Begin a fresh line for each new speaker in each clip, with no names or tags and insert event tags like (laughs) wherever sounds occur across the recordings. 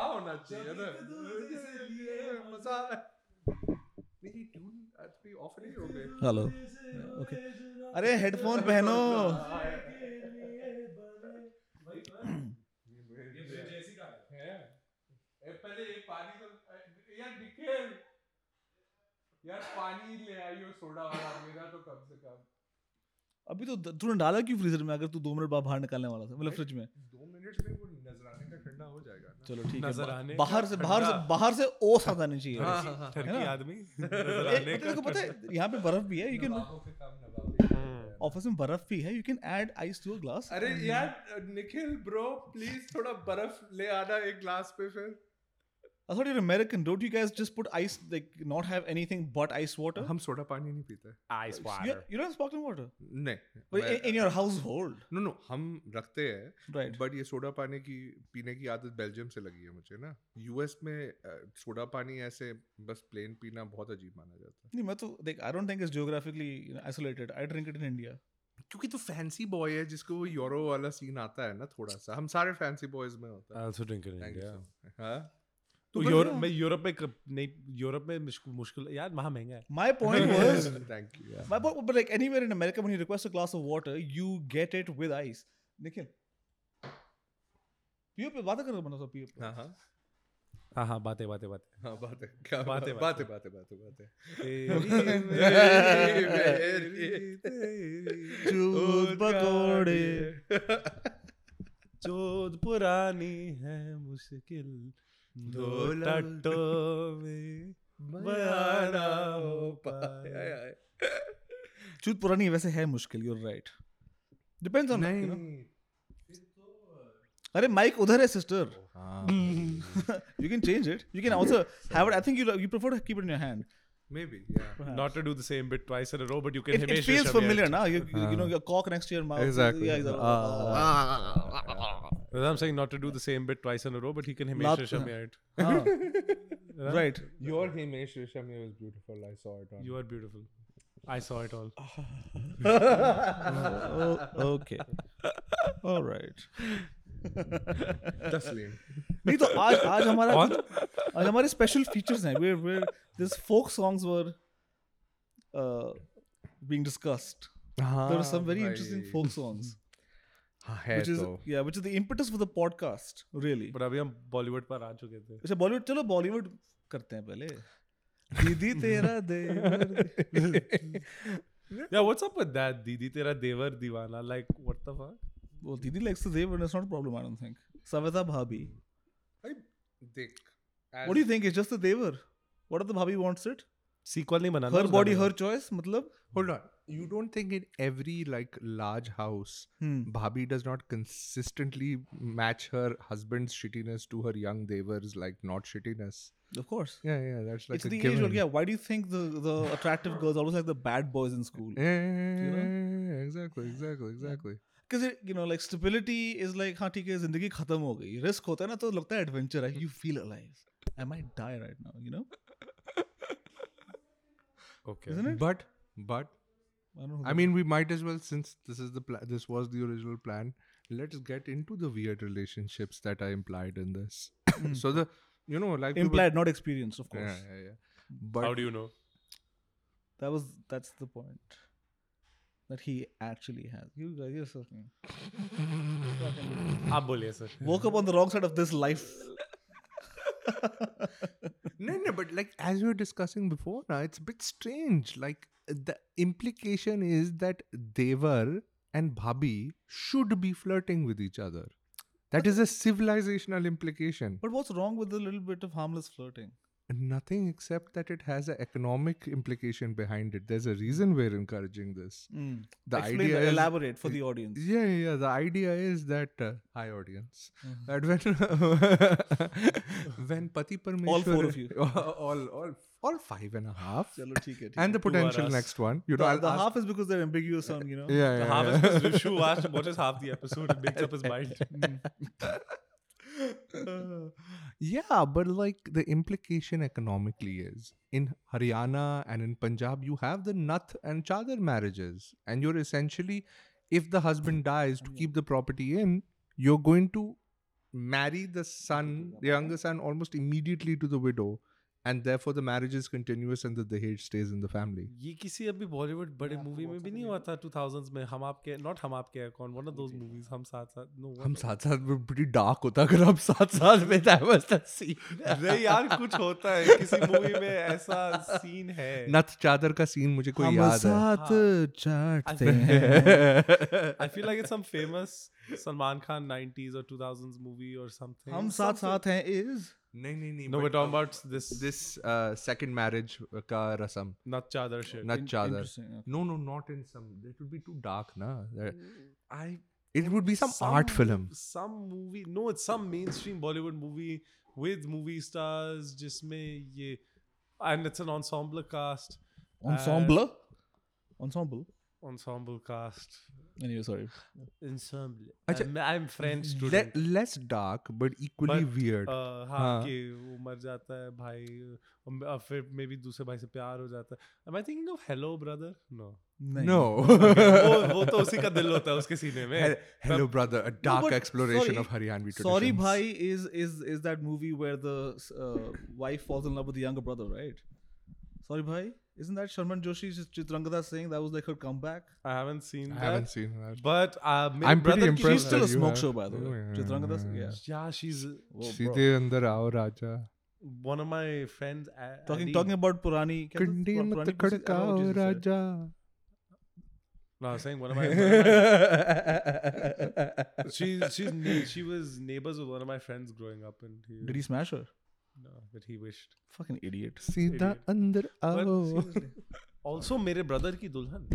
आते हैं ना er
इसलिए
मजा आ रहा है। मेरी ट्यून आज भी ऑफ नहीं हो गई
हेलो ओके अरे हेडफोन पहनो
है ए, पहले ये पानी तो यार निखिल यार पानी ले आइयो सोडा वाला मेरा तो कम से कम
अभी तो द- तूने डाला क्यों फ्रीजर में अगर तू दो मिनट बाद बाहर निकालने वाला था मतलब फ्रिज में
दो मिनट में वो नजराने का ठंडा हो जाएगा ना
चलो ठीक है
नजर
बा-
आने
बाहर
का
से बाहर से
ठंडा।
बाहर से ओस आता नहीं चाहिए
हाँ, हाँ, हाँ।
है
टर्की
ना? (laughs)
आदमी
ए, पता है तेरे को पता है यहाँ पे बर्फ भी है
हाँ।
यू कैन
नवाबों के काम नवाब
हम्म।
ऑफिस में बर्फ भी है you can add ice to a glass
अरे यार निखिल ब्रो प्लीज थोड़ा बर्फ ले आना एक ग्लास पे फिर
हाँ? I thought you're American. Don't you guys just put ice, like not have anything but ice water?
हम सोडा पानी नहीं पीते
ice
You,
water
you don't have sparkling water.
नहीं
But in, in your household,
no no हम रखते हैं
right?
But ये soda पानी की पीने की आदत बेल्जियम से लगी है मुझे ना यूएस में अ, सोडा पानी ऐसे बस प्लेन पीना बहुत अजीब माना जाता
नहीं मैं तो देख I don't think it's geographically you know, isolated i drink it in india
है क्योंकि तो फैंसी बॉय है जिसको वो यूरो वाला सीन आता है ना थोड़ा सा हम सारे फैंसी बॉयज में होता है
also drink in
Thank you
India
so much. हाँ?
तो
तो
यूरोप
बढ़िया।
में यूरोप में कब- नहीं यूरोप में मुश्किल- मुश्किल यार वहाँ महंगा है
my point
(laughs)
was
(laughs) Thank you, yeah.
my point but like anywhere in america when you request a glass of water you get it with ice nikhil पियो पे बातें करो मतलब पियो पे
हाँ, हाँ,
हाँ हाँ बातें बातें
(laughs)
बातें
हाँ, बात है, क्या बात है,
बातें-
बात है, बात है, बात है, बात है।
तेरी
मेरी- मेरी-
दूध पकौड़े
जोध पुरानी है मुश्किल दो
दो
लट्टों में बयाना हो पाया
चूत पुरानी वैसे है मुश्किल you're right depends on you know
नहीं
अरे माइक उधर है सिस्टर
हाँ
(laughs) you can change it you can also have it i think you you prefer to keep it in your hand
may be या
Not to do the same bit twice in a row, but you can
it, it
Himesh
feels
Reshamiyar.
familiar now you, you, you know your cock next to your mouth
Exactly. Ah.
yeah, exactly. (laughs)
That's what I'm saying not to do the same bit twice in a row, but he can Himesh
Not-
Reshamiyar it.
Ah. right
Your Himesh Reshamiyar was beautiful. I saw it on.
You are beautiful. I saw it all.
oh,
(laughs)
okay all right
Uh, Taslim.
नहीं तो आज आज हमारा कुछ- आज हमारे special features हैं where where this folk songs were being discussed uh, there are some very interesting folk songs
uh,
which is
(laughs)
yeah which is the impetus for the podcast really
But अभी हम बॉलीवुड पर आ चुके थे
अच्छा बॉलीवुड चलो बॉलीवुड करते हैं पहले दीदी तेरा दे
Yeah, what's up with that? दीदी तेरा देवर दीवाना like what the fuck?
Well, Didi likes to save, but it's not a problem, I don't think. Savita Bhabi.
I देख.
What do you think? It's just the Devar. What if the Bhabi wants it?
Sequel नहीं बनाना
Her
उस
body,
गाने
her choice. मतलब
Hold on. You don't think in every like large house,
Hmm.
Bhabi does not consistently match her husband's shittiness to her young devar's like not shittiness.
Of course.
Yeah, yeah, that's like
it's
a
the age
given.
old. Yeah. Why do you think the the attractive girls always like the bad boys in school?
Yeah, yeah, yeah, yeah, yeah, exactly, exactly, exactly.
Because you know, like stability is like हाँ ठीक है जिंदगी खत्म हो गई. Risk होता है ना तो लगता है adventure है. You feel alive. I might die right now. You know.
में. Okay.
Isn't it?
But but
I don't know.
I mean, we might as well since this is the pla- this was the original plan. Let's get into the weird relationships that are implied in this. (coughs) so the you know like we were-
Hmm. implied, not experienced, of course.
Yeah, yeah, yeah. But
How do you know?
That was that's the point that he actually has. You guys, you're sucking.
आप बोलिए sir.
woke up on the wrong side of this life.
no, no, but like as we were discussing before, now it's a bit strange. Like the implication is that Devar and Bhabi should be flirting with each other. That is a civilizational implication.
But what's wrong with a little bit of harmless flirting?
Nothing except that it has an economic implication behind it. There's a reason we're encouraging this.
Hmm.
Hmm. The
Explain,
idea
that,
is
elaborate for the audience.
Yeah, yeah. yeah. The idea is that uh, hi audience, that when
Mm-hmm.
when (laughs) Pati Parmeshwar,
four of you.
(laughs) all all all five and a half,
चलो ठीक है, ठीक
and the
Two are
potential
us.
next one. You know,
The,
I'll
the
ask-
half is because they're ambiguous on, you know.
yeah, yeah,
The
yeah,
half is
yeah.
because Vishu watched watches half the episode and makes up his
(laughs)
mind.
Hmm.
yeah, but like the implication economically is in Haryana and in Punjab, you have the Nath and Chadar marriages, and you're essentially, if the husband dies to keep the property in, you're going to marry the son, the younger son, almost immediately to the widow, and therefore the marriage is continuous and the Dahej stays in the family.
ये किसी अभी बॉलीवुड बड़े
मैं आपको
movie में भी
WhatsApp पे
नहीं
भेज
हुआ था 2000s में हम आपके नॉट हम Aapke Hain Koun one of those movies Hum Saath साथ नो
हम साथ साथ में pretty dark होता अगर हम साथ साथ में that was the scene.
अरे यार कुछ होता है किसी मूवी में ऐसा सीन है
नथ चादर का सीन मुझे कोई
हम
याद है
साथ
हाँ।
(laughs) चाटते
I-
हैं
I feel like it's some famous Salman Khan 90s और 2000s मूवी और समथिंग
हम साथ साथ हैं is
(laughs) नहीं नहीं नहीं
no we
but
talking about this
this uh, second marriage का रसम
नट चादर शिट
नथ चादर
Interesting.
no no not in some that would be too dark na That-
Mm.
i it would be some, art film
some movie no it's some mainstream bollywood movie with movie stars जिसमें ये and it's an ensemble cast
Ensemble? Uh, Ensemble?
ensemble cast
Anyway, sorry.
ensemble
अच्छा,
I'm, I'm French
Le-
student
less dark but equally
But,
weird
Uh, हाँ
हाँ।
कि वो मर जाता है भाई और और फिर मे बी दूसरे भाई से प्यार हो जाता है am I thinking of hello brother no
no (laughs)
वो वो तो उसी का दिल होता है उसके सीने में
Hel- hello brother a dark
but
exploration
sorry-
of haryanvi traditions
Sorry, Bhai is is is that movie where the uh, wife falls in love with the younger brother, right? Sorry, Bhai. Isn't that Sharman Joshi's Chitrangada saying that was like her comeback?
I haven't seen
i
that
haven't seen that
but uh, मेरे
I'm pretty
brother की-
impressed
She's still
that
a
you
smoke
have-
show, by the way.
Yeah.
Chitrangada, yeah.
yeah she's
Whoa,
सीधे
Oh, bro.
अंदर आओ राजा
one of my friends A-
Talking
Ali-
talking about Purani. क्या था?
कंडी
पुरा-
मत
पुरानी पुरानी- I don't know
खड़काओ
what Jesus said.
Raja
no I was saying one of my, one of
(laughs)
my-
(laughs)
(laughs) she's she's ne- she was neighbors with one of my friends growing up and he
Did he Oh. smash her?
no, but he wished
Fucking idiot.
सीधा
Idiot.
अंदर
but
आओ (laughs)
seriously. also मेरे brother की दुल्हन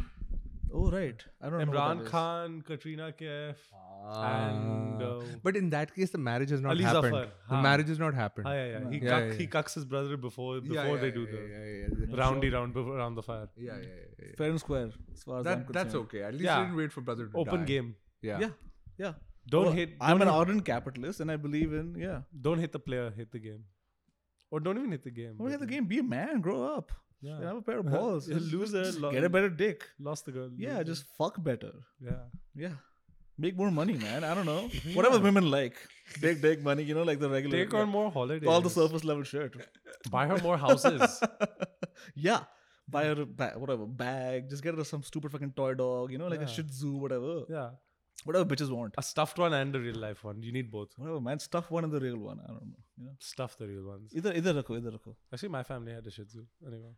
Oh right. I don't know.
Imran
what that is.
Khan Katrina Kaif and
Ah.
uh,
But in that case, the marriage has not
Ali
happened.
Zafar,
The
हाँ.
marriage has not happened.
ah, yeah, yeah. He,
Yeah,
cuck,
yeah,
he
yeah.
cucks his brother before before
Yeah, yeah,
they do
yeah,
the
yeah, yeah, yeah.
roundy round before, around the fire
Yeah, yeah, yeah, yeah.
Fair and square. As far as I'm
That, that's
concerned.
okay. At least
Yeah.
you didn't wait for brother to die.
open game
Yeah.
Yeah. Yeah.
don't
Well,
hit
I'm
don't
an
hit-
ardent capitalist, and I believe in yeah.
don't hit the player hit the game or don't even hit the game
Don't
but-
get the game. Be a man. Grow up.
yeah,
Have a pair
(laughs)
of balls.
You're a loser,
Just
lo-
Get a better dick.
lost the girl
Yeah,
loser.
just fuck better.
yeah
Yeah. Make more money, man. I don't
(laughs)
know. Whatever women like. Big dick money, you know, like the regular.
Take on more holidays.
all the surface level shit.
Buy her more
(laughs)
houses.
yeah. Buy her a ba- whatever bag. Just get her some stupid fucking toy dog, you know, like a
Yeah.
shih tzu, whatever.
yeah.
Whatever bitches want.
A stuffed one and a real life one. You need both.
Whatever, man. Stuff one and the real one. I don't know. You know?
Stuff the real ones.
Either either rakho, either rakho.
Actually, my family had a Shih Tzu. Anyway.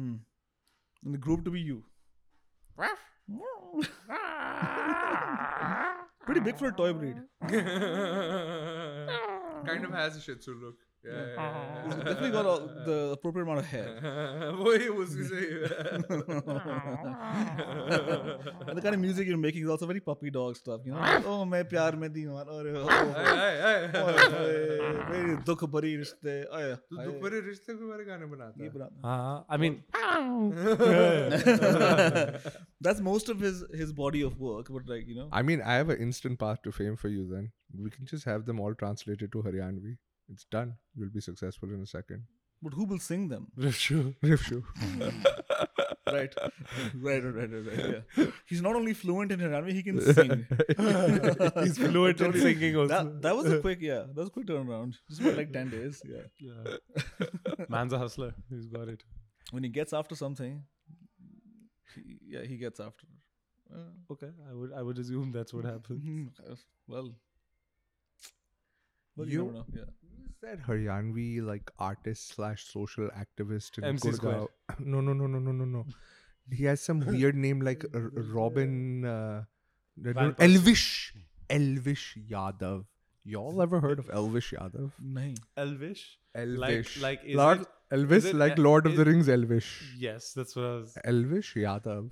Mm. And the group to be you. (laughs) Pretty big for a toy breed.
(laughs) Kind of has a Shih Tzu look. Yeah. yeah, yeah,
It's definitely got all the appropriate amount of hair.
Ah.
yeah. (laughs) वही उसी
(laughs)
से-
and the kind of music you're making is also very puppy dog stuff, you know? Like, oh, मैं प्यार में दीवान अरे oh,
Hey, hey, hey.
ओए, ओए, मेरे दुख भरी रिश्ते ओए,
तू
हाय,
दोपहर तो रिश्ते के बारे गाने बनाता
ये
है।
बना-
(laughs) Uh, I mean,
(laughs) That's most of his his body of work, but like you know,
I mean, I have an instant path to fame for you then. We can just have them all translated to Haryanvi. It's done. You'll be successful in a second.
but who will sing them?
Rishu.
Rivshu.
Right, right, right, right, right. right, (laughs) Yeah. He's not only fluent in Haryanvi, he can (laughs) sing.
He's
(laughs)
fluent in singing also.
That, that was a quick, yeah, that was a quick turnaround. Just about like ten days. Yeah,
yeah. Man's a hustler. He's got it.
when he gets after something, he, yeah, he gets after. it. Uh,
Okay. I would I would assume that's what happened.
(laughs)
Mm, uh, well, well,
You-
you, never know. Yeah.
Who's that Haryanvi like artist slash social activist in
MC Square.
Gurgaon? (clears throat) No, no, no, no, no, no, no. He has some weird name like R- Robin. Uh, no, no,
Van Persie.
Elvish. Elvish Yadav. Y'all ever heard of Elvish Yadav?
Nahin.
Elvish.
Elvish.
like, is
Lord,
it-
Elvis,
it
like
a-
Lord of the
is-
Rings, Elvish.
Yes, that's what I was.
Elvish Yadav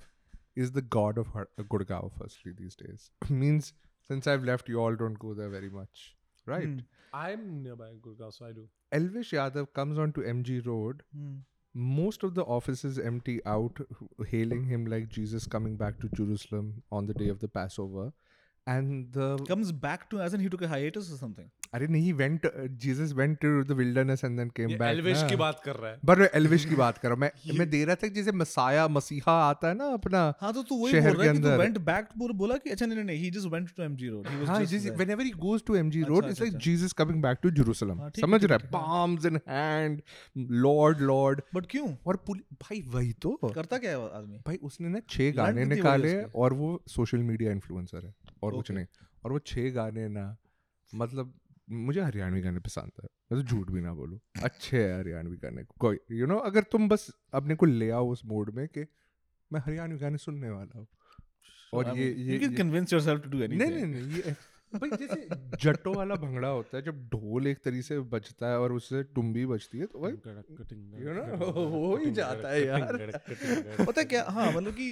is the god of Har- uh, Gurgaon, firstly, these days. (clears throat) Means since I've left, you all don't go there very much. Right.
I'm nearby Gurgaon, so I do.
Elvish Yadav comes onto MG Road.
Hmm.
Most of the offices empty out, hailing him like Jesus coming back to Jerusalem on the day of the Passover. and the
Comes back to as in he took a hiatus or something.
अरे नहीं he went uh, Jesus went to the wilderness and then came
ये
back
Elvish
ना।
की बात कर रहा है
पर मैं एलविश की बात कर रहा हूँ मैं
ये-
मैं दे रहा था कि जैसे मसाया मसीहा आता है ना अपना
हाँ तो तू वही
शहर
बोल रहा है
के
कि तू
अंदर।
went back पूरा बोला कि अच्छा नहीं नहीं नहीं he just went to MG road. He was
हाँ
just
जिस
there.
whenever he goes to MG
अच्छा,
road
अच्छा,
it's like
अच्छा।
Jesus coming back to Jerusalem
हाँ, ठीक है,
समझ
ठीक
रहा
है,
है
ठीक है,
palms in hand lord lord
But क्यों?
और पुल- भाई वही तो
करता क्या है वो आदमी?
भाई उसने ना छह गाने
कितनी बड़ी है
निकाले
उसकी?
और वो सोशल मीडिया इन्फ्लुएंसर है और कुछ
Okay.
नहीं और वो छह गाने ना मतलब मुझे हरियाणवी गाने पसंद है मैं तो झूठ भी ना बोलूँ अच्छे है हरियाणवी गाने कोई यू नो अगर तुम बस अपने को ले आओ उस मोड में कि मैं हरियाणवी गाने सुनने वाला हूँ और
I
ये
mean,
ये
you can
ये-
convince yourself to do
नहीं
anything.
नहीं नहीं ये भाई जैसे जट्टो वाला भंगड़ा होता है जब ढोल एक तरीके से बजता है और उससे टुम्बी बजती है तो भाई You know, (laughs) हो ही जाता है यार। (laughs)
पता है क्या हाँ मतलब कि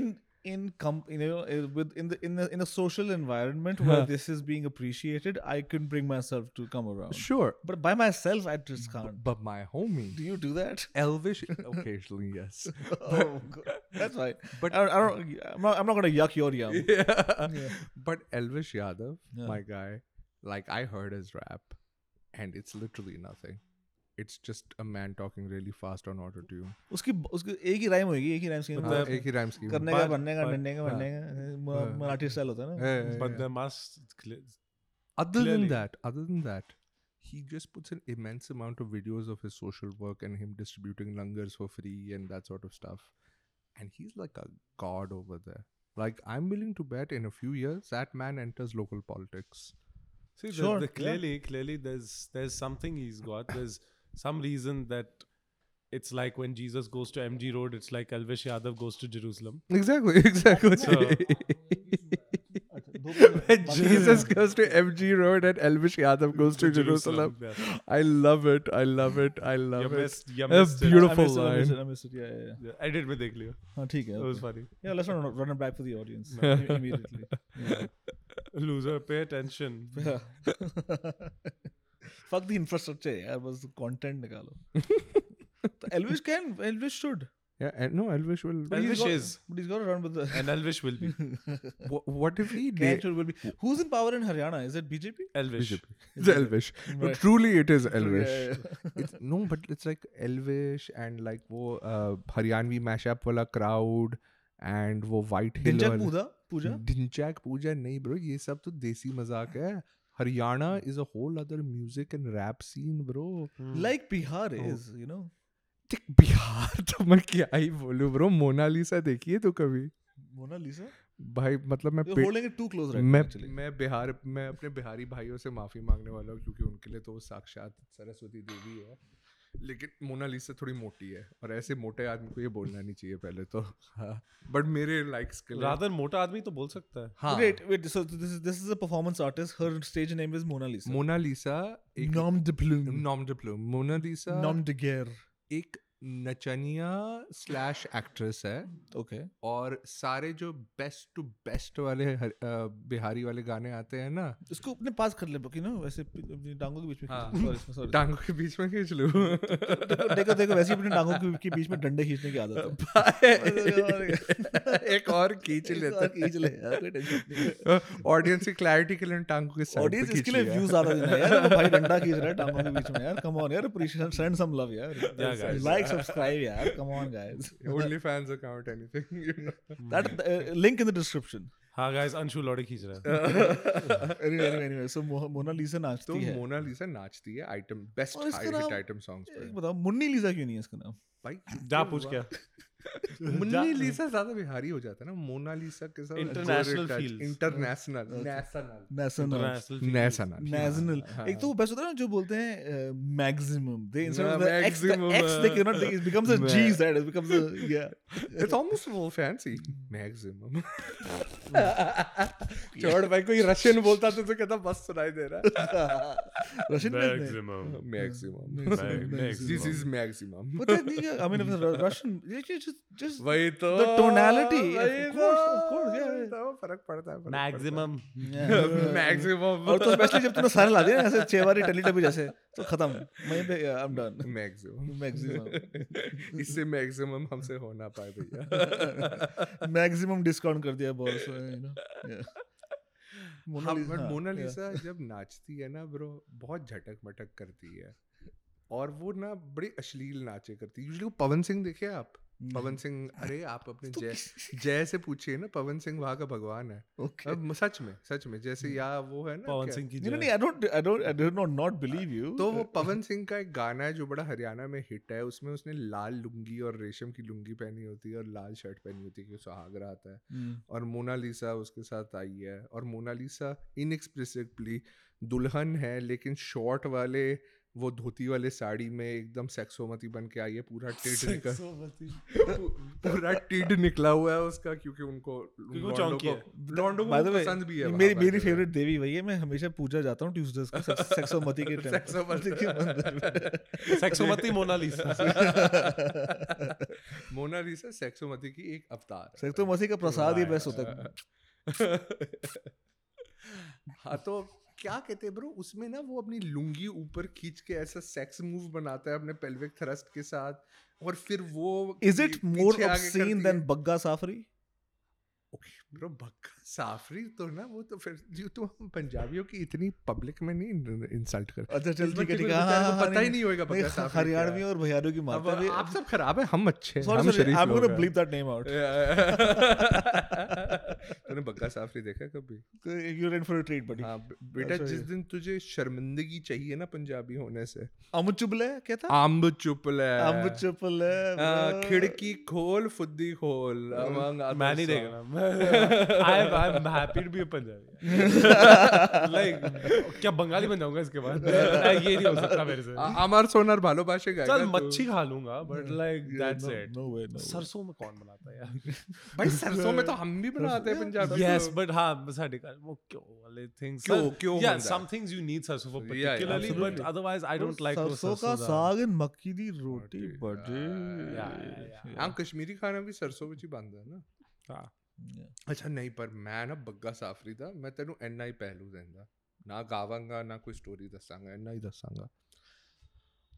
इन इन कम you know with in the in the in a social environment where
हाँ.
this is being appreciated I can bring myself to come around
sure
but by myself I just can't
but my homie
do you do that
Elvish (laughs) occasionally yes
oh God. that's fine
but
I, don't- I don't I'm not, I'm not gonna yuck your yum
Um, yeah.
(laughs) Yeah.
But Elvish Yadav,
Yeah.
my guy, like I heard his rap, and it's literally nothing. It's just a man talking really fast on Uh, auto tune.
उसकी उसकी एक ही rhyme होगी एक ही rhyme scheme
मतलब-
एक ही rhyme scheme.
करने का
पर-
बनने का
पर-
बनने का
हाँ.
बनने का म-
हाँ.
मराठी स्टाइल होता है
Yeah,
ना
yeah, yeah.
But they must. cl-
other
clearly-
than that, other than that, he just puts an immense amount of videos of his social work and him distributing langars for free and that sort of stuff. And he's like a god over there. Like I'm willing to bet in a few years that man enters local politics.
See, the-
Sure,
the,
yeah.
clearly, clearly, there's there's something he's got. There's some reason that it's like when Jesus goes to MG Road, it's like Elvish Yadav goes to Jerusalem.
Exactly, (laughs) exactly. (laughs) when Jesus goes to MG Road and Elvish Yadav goes to Jerusalem.
Yeah.
I love it. I love it. I (laughs)
You
love it.
missed, you
A
missed it.
I
beautiful uh,
missed it,
line.
I missed it, I missed it. Yeah, yeah, yeah.
Yeah, edit में देख लियो.
हाँ ठीक है
It
okay.
was funny.
Yeah, let's not run it back for the audience im- immediately.
Loser, pay
(laughs)
attention.
Yeah. (laughs) Fuck the infrastructure, yeah. बस content निकालो. तो Elvis can, Elvis should.
Yeah, and no, Elvish will.
But he's
Elvis
got-
is.
But he's got to run with the
And Elvish will be
Wha- What if he did?
character will be. Who's in power in Haryana? Is it BJP?
Elvish.
It's Elvish.
Right.
Truly, it is Elvish.
Yeah, yeah.
(laughs) It's, no, but it's like Elvish and like wo uh, Haryanvi mashup wala crowd and wo White Hill.
Dinjak
wala-
Puja, Puja.
Hmm. Dinchak Puja नहीं bro ये सब तो देसी मजाक है Haryana is a whole other music and rap scene bro
Like Bihar is, you know.
टिक बिहार (laughs) तो मैं क्या ही बोलूं bro मोनालिसा देखिए तो कभी
Mona Lisa.
भाई मतलब मैं
You're
पे-
holding it too close right now,
मैं
actually.
मैं बिहार मैं अपने बिहारी भाइयों से माफी मांगने वाला हूँ क्योंकि उनके लिए तो वो साक्षात सरस्वती देवी है लेकिन मोनालिसा थोड़ी मोटी है और ऐसे मोटे आदमी को ये बोलना नहीं चाहिए पहले तो हाँ बट मेरे लाइक्स के लिए
Rather मोटा आदमी तो बोल सकता है.
हाँ
Wait, wait. So this is this is a performance artist. Her stage name is Mona Lisa.
Mona Lisa एक
Nom de plume.
Nom de plume Mona Lisa
Nom de guerre.
एक नचनिया स्लैश एक्ट्रेस है
Okay.
और सारे जो बेस्ट टू बेस्ट वाले हर- अ, बिहारी वाले गाने आते हैं ना
इसको अपने पास कर ले बाकी ना वैसे पी- अपनी टांगों के बीच में
हाँ।
खींच- sorry, sorry,
(laughs) टांगों के बीच में खींच लूं
(laughs) sorry. देखो देखो वैसे ही अपनी टांगों के- के बीच में डंडे खींचने की आदत है
एक और खींच
इसको
लेता
और खींच ले यार, कोई tension नहीं।
ऑडियंस की क्लैरिटी के लिए इन टांगों के side पे
Audience इसके
खींच
लिए
लिया।
views ज्यादा देना है यार वो भाई डंडा खींच रहा है टांगों के बीच में यार कम ऑन यार appreciation send some love यार
Yeah, guys.
like subscribe यार come on guys
(laughs) Only fans account anything. (laughs) you know.
(laughs) that uh, link in the description
हाँ guys, अंशु लौड़े खींच रहा है.
anyway anyway anyway so Mo- Mona
तो
Lisa नाचती है
मोनालिसा नाचती है आइटम बेस्ट
और इसका
हिट
नाम-
आइटम सॉन्ग्स पे
एक बताओ मुन्नी लीसा क्यों नहीं है इसका नाम
भाई
जा पूछ
(laughs)
क्या
मुन्नी लीसा ज्यादा बिहारी हो जाता है ना मोनालिसा के साथ
International feels.
इंटरनेशनल नेशनल
तो
नेशनल
नेशनल
national एक तो वो बेस्ट होता है ना जो बोलते हैं uh, maximum they instead of the
हाँ, Yeah,
x the
maximum,
x they
uh,
cannot it becomes a g
Yeah.
that it becomes a yeah
it's almost वो फैंसी मैक्सिमम
(laughs)
छोड़ भाई कोई रशियन बोलता तो तो कहता बस सुनाई दे
(laughs)
रहा
रशियन में
हाँ,
Maximum.
Maximum this
Maximum.
Is maximum
पता नहीं क्या I mean Russian just
(laughs)
just
वही तो
The tonality, of
वही तो,
course, of course, yeah,
वही
yeah.
तो, फर्क पड़ता है फर्क
Maximum.
yeah.
पड़ता (laughs) है। मैक्सिमम
और तो स्पेशली जब तुमने सारे ला दिए ना ऐसे छह बारी टेलीटबी जैसे तो खत्म मैं पे I am
(laughs)
done
maximum
(laughs)
maximum
इससे मैक्सिमम हमसे हो ना पाए भैया
मैक्सिमम डिस्काउंट कर दिया बॉस यू नो
हाँ,
Mona
but
Lisa-
Mona
yeah.
Lisa जब नाचती है ना ब्रो बहुत झटक मटक करती है और वो ना बड़े अश्लील नाचे करती है यूजली वो पवन सिंह देखे आप पवन सिंह अरे आप अपने
तो
जय जय से पूछिए ना पवन सिंह वहाँ का भगवान है
Okay.
अब सच में सच में जैसे या वो है ना
Pawan
क्या-
Singh ki
No, no,
jai.
no, I don't, I don't, I do not not believe you.
तो वो पवन सिंह का एक गाना है जो बड़ा हरियाणा में हिट है उसमें उसने लाल लुंगी और रेशम की लुंगी पहनी होती है और लाल शर्ट पहनी होती है कि सुहागरा आता है (laughs)
Hmm.
और मोनालिसा उसके साथ आई है और मोनालिसा इनएक्सप्रेसिवली दुल्हन है लेकिन शॉर्ट वाले वो धोती वाले साड़ी में एकदम सेक्सोमती बन के आई है पूरा टिड निकल पू- पूरा टिड निकला हुआ है उसका क्योंकि उनको
वो
लॉन्डो
चौंकी
को लॉन्डो
By
को
the way,
पसंद भी है
ये
वहाँ,
मेरी
by
मेरी
the way।
फेवरेट देवी वही है मैं हमेशा पूजा जाता हूँ ट्यूसडेज को सेक्स- सेक्सोमती
(laughs)
के temple-
सेक्सोमती।
के
(laughs)
मंदिर में।
Sexomati Mona Lisa.
मोनालिसा सेक्सोमती की एक अवतार है।
सेक्सोमती तो
(laughs)
का प्रसाद ही बेस्ट होता है
अच्छा।
हाँ तो क्या कहते हैं ब्रो उसमें ना वो अपनी लुंगी ऊपर खींच के ऐसा सेक्स मूव बनाता है अपने पेल्विक थ्रस्ट के साथ और फिर वो
is it more obscene than बग्गा साफरी
ब्रो बक्का साफरी तो ना वो तो फिर यू तो हम पंजाबियों की इतनी पब्लिक में नहीं इंसल्ट कर
अच्छा
इस
चल ठीक है
बच्चे
ठीक
को बेचारे
है हाँ, हाँ,
को
हाँ,
पता ही नहीं होएगा बग्गा
नहीं,
साफरी क्या
हरियाणवी
है।
और बिहारियों की
अब
मारते
आप सब खराब है हम अच्छे हैं, हम
सॉरी सॉरी
शरीफ
आई एम
लोग
गोना
हैं।
ब्लीप दैट नेम आउट
(laughs) तूने बग्गा साफरी देखा कभी
you are in for a treat buddy
हाँ बे- बेटा
अच्छा,
जिस
ये।
दिन तुझे शर्मिंदगी चाहिए ना पंजाबी होने से
अमु चुबले क्या था
आम्ब चुप ले
अमु चुबले
आ, हाँ। खिड़की खोल फुद्दी खोल among other
मैं नहीं
songs.
देखना I I am happy to be a Punjabi like क्या बंगाली बन जाऊंगा इसके बाद ये नहीं हो सकता मेरे से
आ- आमार सोनार भालो भाषे गाएगा
चल
तू।
मच्छी खा लूंगा but like that's it
no way no
सरसों में कौन बनाता है यार (laughs)
भाई सरसों में तो हम भी बनाते हैं तो- पंजाबी
yes
लोग।
but हाँ ਸਾਡੇ ਘਰ वो ਕਿਉਂ ਵਾਲੇ things
क्यों- क्यों
yeah
बनता है?
some things you need sarso for
Yeah, yeah,
particularly but
absolutely.
otherwise I don't like वो
सरसों का
दाल।
साग एंड मक्की दी
रोटी,
रोटी बड़े
Yeah, yeah, yeah.
हाँ कश्मीरी खाना भी सरसों ਵਿੱਚ ਹੀ ਬਣਦਾ ਹੈ ਨਾ
हाँ।
ਅੱਛਾ ਨਹੀਂ ਪਰ ਮੈਂ ਨਾ ਬੱਗਾ ਸਾਫਰੀ ਦਾ ਮੈਂ ਤੈਨੂੰ ਇੰਨਾ ਹੀ ਪਹਿਲੂ ਦਿੰਦਾ ਨਾ ਗਾਵਾਂਗਾ ਨਾ ਕੋਈ ਸਟੋਰੀ ਦੱਸਾਂਗਾ ਇੰਨਾ ਹੀ ਦੱਸਾਂਗਾ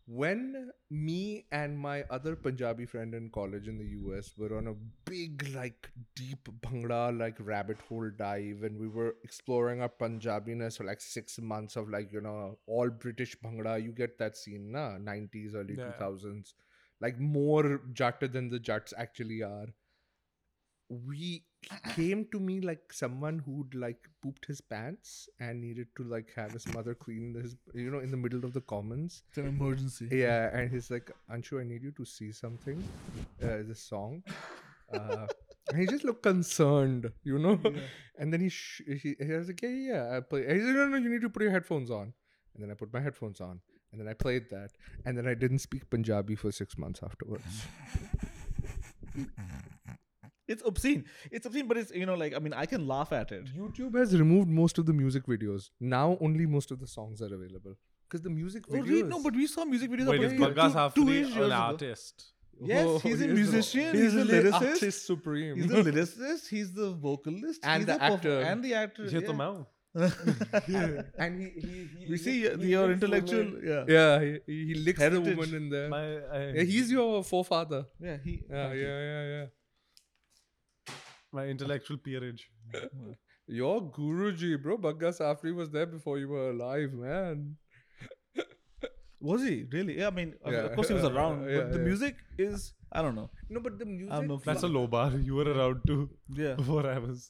when me and my other Punjabi friend in college in the US were on a big, like, deep Bhangra, like, rabbit hole dive, and we were exploring our Punjabiness for like six months of, like, you know, all British Bhangra. You get that scene, na? 90s, early
Yeah.
2000s. Like, more Jatta than the Jats actually are. We came to me like someone who'd like pooped his pants and needed to like have his mother clean his, you know, in the middle of the commons.
It's an emergency
Yeah, and he's like, Anshu, I need you to see something. Uh, this song. Uh, and he just looked concerned, you know? And then he, sh- he, he was like, Yeah, yeah, yeah, I play. And he's like, No, no, you need to put your headphones on. And then I put my headphones on. And then I played that. And then I didn't speak Punjabi for six months afterwards.
It's obscene. It's obscene, but it's you know, like I mean, I can laugh at it.
YouTube has removed most of the music videos. Now only most of the songs are available. Because the music
Oh,
videos.
really? No, but we saw music videos.
wait
of
is
Bhagat
Bagga
two- two
Safri
years
an
ago.
artist
(laughs)
Yes,
Oh,
he's a
he is the-
musician. He's, a
the
lyricist.
artist supreme.
He's
(laughs)
a lyricist. He's the vocalist.
And
he's
the
a perf-
actor.
And the actor.
(laughs) ये तो
yeah.
मैं हूँ
(laughs)
and he, he, he
We
he-
see
he
your
licks women.
intellectual. Yeah.
Yeah, he, he he licks the
Heritage.
woman in there.
my I,
yeah, he's your forefather.
Yeah. He. uh,
Yeah, yeah, yeah, yeah.
my intellectual peerage
Your Guruji, bro. Bagga Safri was there before you were alive, man.
Was he really? Yeah. I mean, of-
Yeah.
of course he was around.
Yeah,
but the
yeah.
music is. I don't know.
No, but the music.
I'm no.
that's a low bar you were around too (laughs)
Yeah.
before I was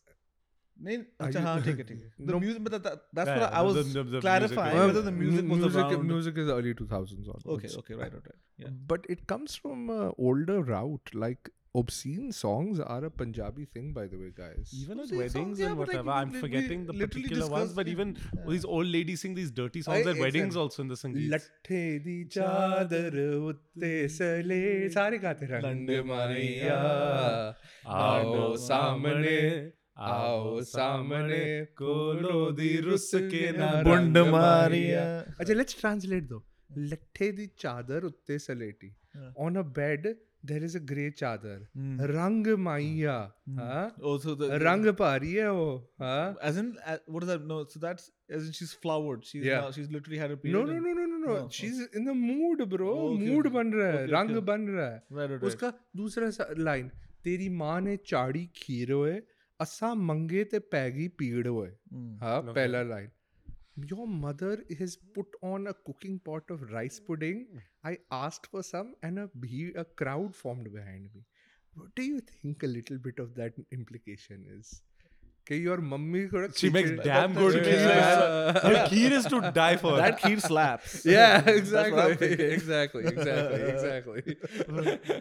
नहीं (laughs)
you-
अच्छा हाँ ठीक है ठीक है the
No.
music but that, that, that's
Yeah,
what I
the-
was
the- the- the music
clarifying
was-
whether the music was
music,
around
music is early 2000s. Onwards.
okay okay right right right yeah
But it comes from a older route. Like, obscene songs are a Punjabi thing, by the way, guys.
even at
See,
weddings
songs, yeah,
and
but like
whatever
we-
I'm
we- we
forgetting the
literally
particular ones
discussed
but
it.
even (laughs) these old ladies sing these dirty songs
I-
at weddings
exactly.
also in the Sangeet
ਲੱਠੇ ਦੀ ਚਾਦਰ ਉੱਤੇ ਸਲੇ ਸਾਰੇ ਗਾਤੇ ਰੰਗ ਮਾਰੀਆ ਆਓ ਸਾਹਮਣੇ ਆਓ ਸਾਹਮਣੇ ਕੋਲੋ ਦੀ ਰੁੱਸ ਕੇ ਨਾ
ਬੁੰਡ
ਰੰਗ
ਮਾਰੀਆ।
ਅੱਛਾ ਲੈਟਸ ਟ੍ਰਾਂਸਲੇਟ ਦੋ ਲੱਠੇ ਦੀ ਚਾਦਰ ਉੱਤੇ ਸਲੇਟੀ
ਹਾਂ।
On a bed there is a grey chadar ਰੰਗ ਮਾਈਆ ਹਾਂ
oh so Hmm. the
ਰੰਗ ਭਾਰੀ ਹੈ ਉਹ ਹਾਂ
As in, uh, what is that? No, so that's as in she's flowered. She's
Yeah.
now, she's literally had a period.
no no no no no no
No, Oh,
she's in the mood bro
Okay,
mood
okay.
ban raha hai
Okay,
rang
okay.
ban raha hai
Right, right, right.
उसका दूसरा line तेरी माँ ने चाड़ी खीर होए ਅਸਾਂ ਮੰਗੇ ਤੇ ਪੈ ਗਈ ਪੀੜ ਹੋਏ (laughs)
(laughs) Mm.
ਹਾਂ
Okay.
ਪਹਿਲਾ ਲਾਈਨ हाँ, Your mother has put on a cooking pot of rice pudding. I asked for some, and a, he, a crowd formed behind me. What do you think a little bit of that implication is? Okay, your mummy could
She makes
(laughs)
damn good
Yeah.
kheer, man.
Yeah.
Your kheer is to
(laughs)
die for.
That keep slaps.
Yeah,
(laughs) That's what I'm
exactly,
thinking.
exactly, exactly,
(laughs)
exactly,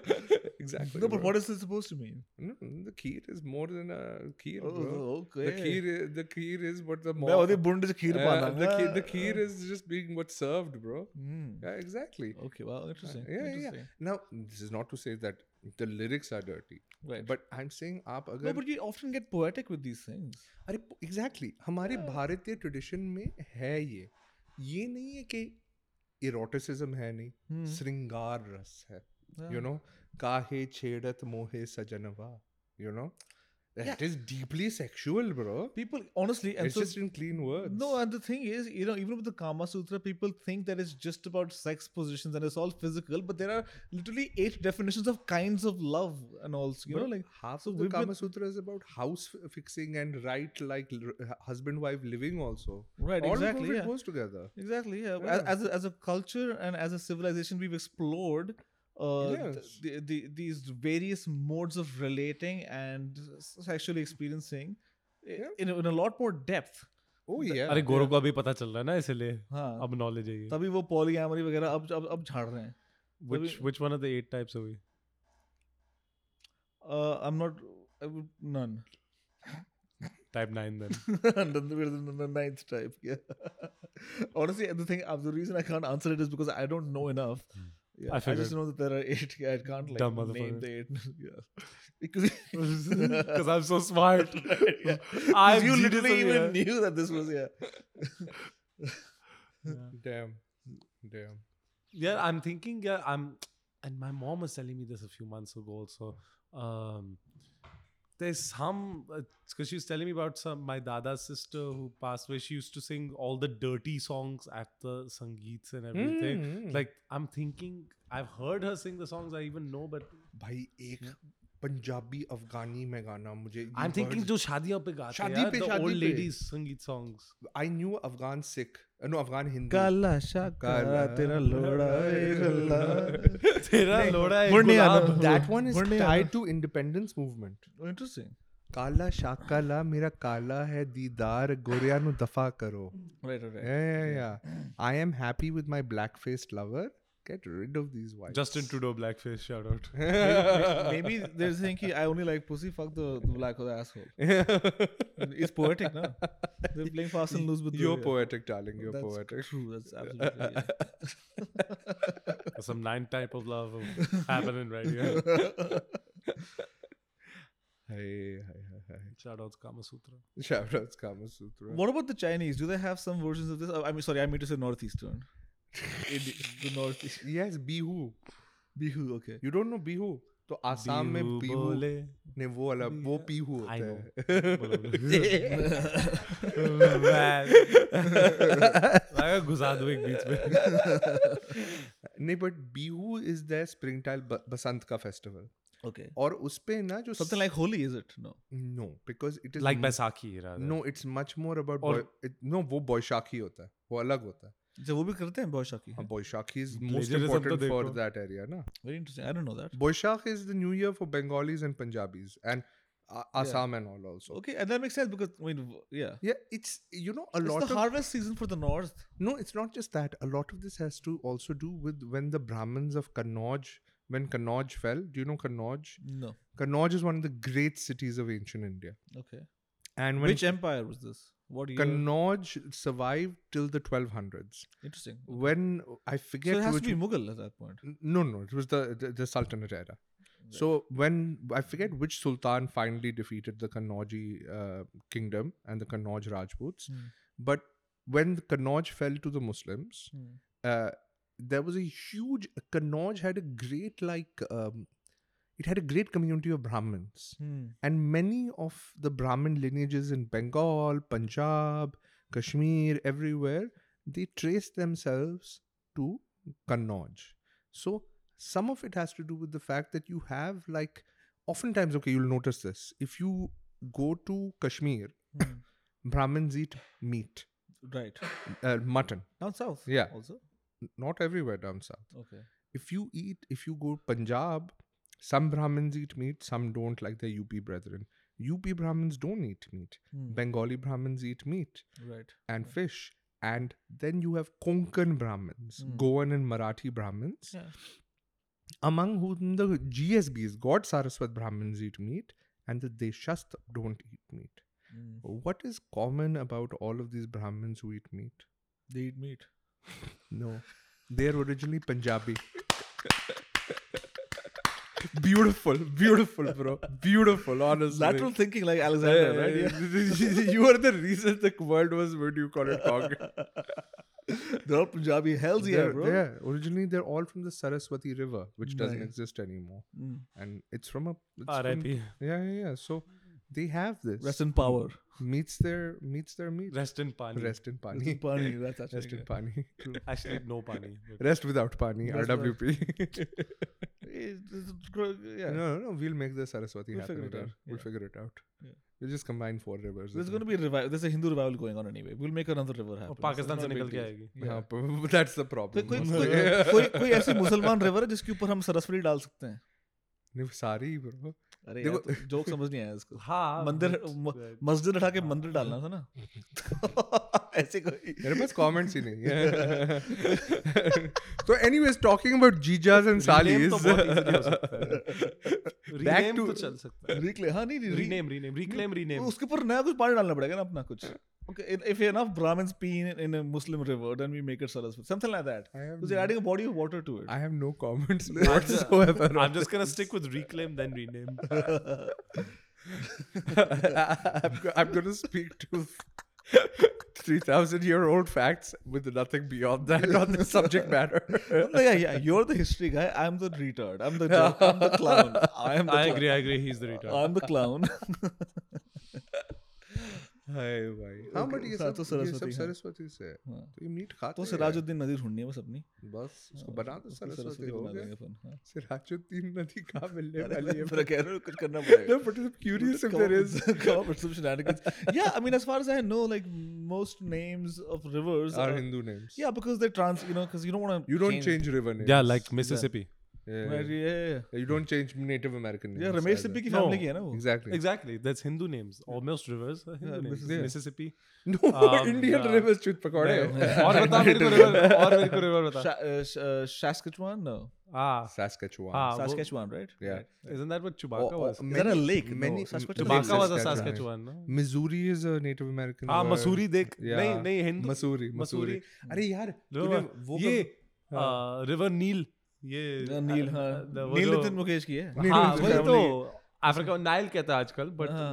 exactly.
No, but what is this supposed to mean?
No, the kheer is more than a kheer,
Oh,
bro.
okay.
The kheer, i- the kheer is what the
ਮੈਂ
more.
ਉਹਦੀ ਬੁੰਡ 'ਚ ਖੀਰ ਪਾ
Yeah,
ਦਾਂਗਾ
the,
(laughs)
kheer, the kheer is just being what's served, bro.
Mm.
Yeah, exactly. Uh,
Okay, well, Oh, interesting.
yeah, yeah, yeah.
interesting.
Now, this is not to say that the lyrics are dirty,
Right.
but I'm saying आप अगर
no, but you often get poetic with these things.
अरे exactly हमारे
हाँ।
भारतीय tradition में है ये ये नहीं है कि इरोटिसिज्म है नहीं
हम्म।
श्रृंगार रस है
Yeah.
you know kahe chedat mohe sajanava you know that is deeply sexual bro
people honestly, and
it's
so
just in clean words
No, and the thing is, you know, even with the Kama Sutra, people think that it's just about sex positions and it's all physical, but there are literally eight definitions of kinds of love and also, you know, like
half
so
of the
women-
kama sutra is about house f- fixing and right like l- husband wife living also
right,
all
exactly,
of it
yeah,
goes together
exactly, yeah.
Yeah.
As, as a, as a culture and as a civilization, we've explored. Uh, th-
Yes.
the, the, these various modes of relating and s- sexually experiencing i-
Yeah.
in, a- in a lot more depth.
oh yeah
अरे गोरो को अभी पता चल रहा है ना इसलिए
हाँ,
अब knowledge है ये
तभी वो polyamory वगैरह अब अब अब झाड़ रहे हैं.
which
तभी-
which one of the eight types are we
Uh, I'm not I would, none.
type 9
(laughs)
then
and then we're in the ninth type. Yeah. (laughs) Honestly, the thing, uh, the reason I can't answer it is because I don't know enough. Yeah, I,
Hmm. figured.
just know that there are eight. I can't like
Dumb
name
motherfucker.
the eight. (laughs) yeah,
(laughs)
because
because I'm so
(laughs)
smart
yeah.
I'm
'Cause you
genius
literally
over
even
here.
knew that this was yeah.
damn damn
yeah i'm thinking yeah i'm and my mom was telling me this a few months ago also um there's some because she was telling me about some my dada's sister who passed away she used to sing all the dirty songs at the sangeets and everything
Mm.
like i'm thinking i've heard her sing the songs i even know but
भाई एक पंजाबी अफगानी में गाना मुझे ये
i'm thinking
words-
jo shadiyon pe gaate
शादी
hain
पे,
the
शादी
old
पे.
ladies sangeet songs
I
(laughs)
knew Afghan Sikh, uh, no Afghan Hindi.
काला शाकारा तेरा लोड़ा (laughs) रे गल्ला.
tera loda hai
मुन्निया ना.
gulab.
That one is
Bundiya.
tied to independence movement.
Oh, Interesting.
ਕਾਲਾ ਸ਼ਾਕਾਲਾ ਮੇਰਾ ਕਾਲਾ ਹੈ ਦੀਦਾਰ ਗੋਰਿਆਂ ਨੂੰ ਦਫਾ ਕਰੋ
Right, right,
(laughs)
right.
Yeah yeah yeah I am happy with my black faced lover get rid of these white
(laughs)
justin trudeau blackface shout
(laughs)
out
Maybe they're thinking I only like pussy. Fuck the, the black or the asshole. It's poetic, no? They're playing fast and loose with
you
the, yeah.
Poetic darling you
That's
poetic
True,
(laughs)
that's absolutely. yeah.
some nine type of love happening right
(laughs)
here
ਹਾਏ ਹਾਏ ਹਾਏ ਹਾਏ
Shout out Kama Sutra.
Shout outs Kama Sutra
What about the Chinese? Do they have some versions of this? I mean, sorry, I mean to say northeastern. Indi- the northeast.
Yes Bihu
Bihu,
(laughs)
okay.
You don't know Bihu तो आसाम में
Bihu
Bihu
(laughs) bole.
ने वो वाला वो Pihu
Bihu- I
होता
know.
है
Man.
(laughs)
लगा घुसा दो एक बीच में
नहीं but Bihu is the springtime बसंत का फेस्टिवल
Okay.
और उस पे ना जो
Something like Holi, is it? No.
No because it is
like Baisakhi rather.
No it's much more
और-
अबाउट नो वो बॉयशाखी होता है वो अलग होता है
जब वो भी करते हैं बौशाखी
हाँ बॉयशाखी इज मोस्ट
Plagiarism तो
इम्पोर्टेंट फॉर
देखो।
दैट एरिया ना
Very interesting. I don't know that.
Boishakh is the new year for Bengalis and Punjabis and Assam and all also
Okay, and that makes sense because I mean, w- yeah,
yeah it's you know a
it's
lot
the
of
harvest season for the north.
No, it's not just that. A lot of this has to also do with when the Brahmins of Kannauj, when Kannauj fell. Do you know Kannauj?
No.
Kannauj is one of the great cities of ancient India.
Okay.
And when
Which empire was this? What year?
Kannauj survived till the 1200s.
Interesting.
When I forget
So it has to
which.
be Mughal at that point.
no, no, it was the, the, the Sultanate era. So when I forget which Sultan finally defeated the Kannauji uh, kingdom and the Kannauj Rajputs,
Hmm.
but when Kannauj fell to the Muslims,
Hmm.
uh, there was a huge Kannauj had a great like um, it had a great community of Brahmins
Hmm.
and many of the Brahmin lineages in Bengal, Punjab, Kashmir, everywhere they trace themselves to Kannauj. So some of it has to do with the fact that you have like oftentimes okay you'll notice this if you go to Kashmir, Brahmins eat meat,
right.
uh, mutton.
Down south.
Yeah.
Also.
Not everywhere down south.
Okay.
If you eat, if you go Punjab, some Brahmins eat meat, some don't, like the UP brethren. UP Brahmins don't eat meat.
Hmm.
Bengali Brahmins eat meat
Right.
and fish. And then you have Konkan Brahmins,
Mm.
Goan and Marathi Brahmins,
Yeah.
among whom the GSBs, God Saraswat Brahmins, eat meat, and the Deshast don't eat meat.
Mm.
What is common about all of these Brahmins who eat meat?
They eat meat.
No, they're originally Punjabi. beautiful, beautiful, bro. Beautiful, honestly.
Lateral thinking, like
Yeah,
Alexander, right?
yeah, yeah. (laughs) you are the reason the world was what do you call it,
(laughs)
conquered.
They're all Punjabi. Hells yeah,
they're,
bro.
they're- originally they're all from the Saraswati River, which doesn't
Nice.
exist anymore,
Mm.
and it's from a. it's from-
R.I.P.
yeah, yeah, yeah. So they have this.
Rest in power.
meets their meets their meat.
Rest in pani.
Rest in
Rest in
pani.
pani. That's actually
Rest in
good.
pani. (laughs)
(laughs) Actually, no pani. but-
Rest without pani.
Rest
RWP.
It's- it's gro- Yeah.
No, no, no. We'll make the Saraswati
We'll
happen.
figure it
later.
out,
We'll
yeah.
figure it out.
Yeah.
We'll just combine four rivers.
There's going to be a revival. There's a Hindu revival going on anyway. We'll make another river happen.
और
It's
Pakistan
not
से
a
निकल
big
के
deal.
आएगी
Yeah, but (laughs) that's the
कोई
problem.
कोई
mostly.
कोई कोई- कोई ऐसी मुसलमान रिवर है जिसके ऊपर हम सरस्वती डाल सकते हैं
नहीं, सारी bro.
अरे
देखो-
यार जोक समझ नहीं आया इसको
हाँ
मंदिर
but-
म-
but-
मस्जिद हटा के मंदिर डालना
(laughs)
था ना (laughs) ऐसे कोई
मेरे पास comments ही नहीं है।
(laughs)
So, anyways, talking about jijas and
rename तो
salis.
बहुत easily हो सकता है। Rename
to-
तो चल सकता है।
रिक्ले हाँ नहीं नहीं, re-
Rename, rename, reclaim, rename.
उसके ऊपर नया कुछ पानी डालना पड़ेगा ना अपना कुछ Okay, if- if enough Brahmins pee in, in a Muslim river, then we make it Saraswati. Something like that.
I have
Because you're adding a body of water to it.
(laughs) I have no
(laughs)
comments
I'm just-
whatsoever. on
I'm just gonna stick with reclaim then rename.
I'm, go- I'm going to speak to 3,000 year old facts with nothing beyond that on the subject
(laughs)
matter.
No, yeah, yeah. You're the history guy. I'm the retard. I'm the jerk. I'm the
(laughs)
clown. I am the
I
clown.
agree, I agree. He's the retard.
I'm the clown.
हाय भाई हाँ but
Okay,
ये
सा-
सब
तो
ये
सरस्वती
सब
है।
सरस्वती से है।
हाँ।
तो ये मीट खाते
तो
हैं।
सिराजुद्दीन हाँ, नदी ढूंढनी है बस अपनी
बस उसको बना दो
उसको
सरस्वती हो
बना
गया
देंगे अपन, हाँ।
सिराजुद्दीन नदी कहाँ मिलने
अरे
वाली
(laughs)
है
मैं
(laughs)
कह रहा हूँ, कुछ करना
No, but
पड़ेगा
I'm curious if
Come
there
up (laughs)
is.
with- come up with some shenanigans. yeah, I mean, as far as I know, like most names of rivers
Are Hindu names.
Yeah, because they trans, you know, because you don't want to.
You don't change river names.
Yeah, like Mississippi.
Yeah,
Right,
yeah.
yeah, yeah.
You don't change Native American names.
Yeah, Ramesh
either.
Sippy की
No.
family की है ना वो.
Exactly.
Exactly. That's Hindu names. Or most rivers are Hindu names.
Mississippi.
Mississippi.
(laughs) No,
Ah,
Um,
Indian
yeah.
rivers chut (laughs) pakode.
और बता मेरे (laughs) को river और मेरे को river बता
Sha- uh, Sh- uh, Saskatchewan, no,
हाँ।
ah
Saskatchewan.
ah वो-
Saskatchewan, right?
Yeah.
isn't that what
Or-
Oh,
Chewbacca
or
was
Is that a
many-
lake?
many-
no, Saskatchewan.
Chewbacca
Chewbacca was a
Saskatchewan.
Saskatchewan no
Missouri is a Native American.
ah
word.
Missouri देख
Yeah.
नहीं नहीं हिंदू
मसूरी मसूरी अरे यार तूने वो
ये river Nile ये
Uh, Neil,
uh,
(laughs) हाँ.
the- वो
Neil
जो-
नितिन मुकेश की है.
Neil
हाँ
Nitin's
वही तो
family.
अफ्रीका को नाइल कहता है आजकल बट
हाँ.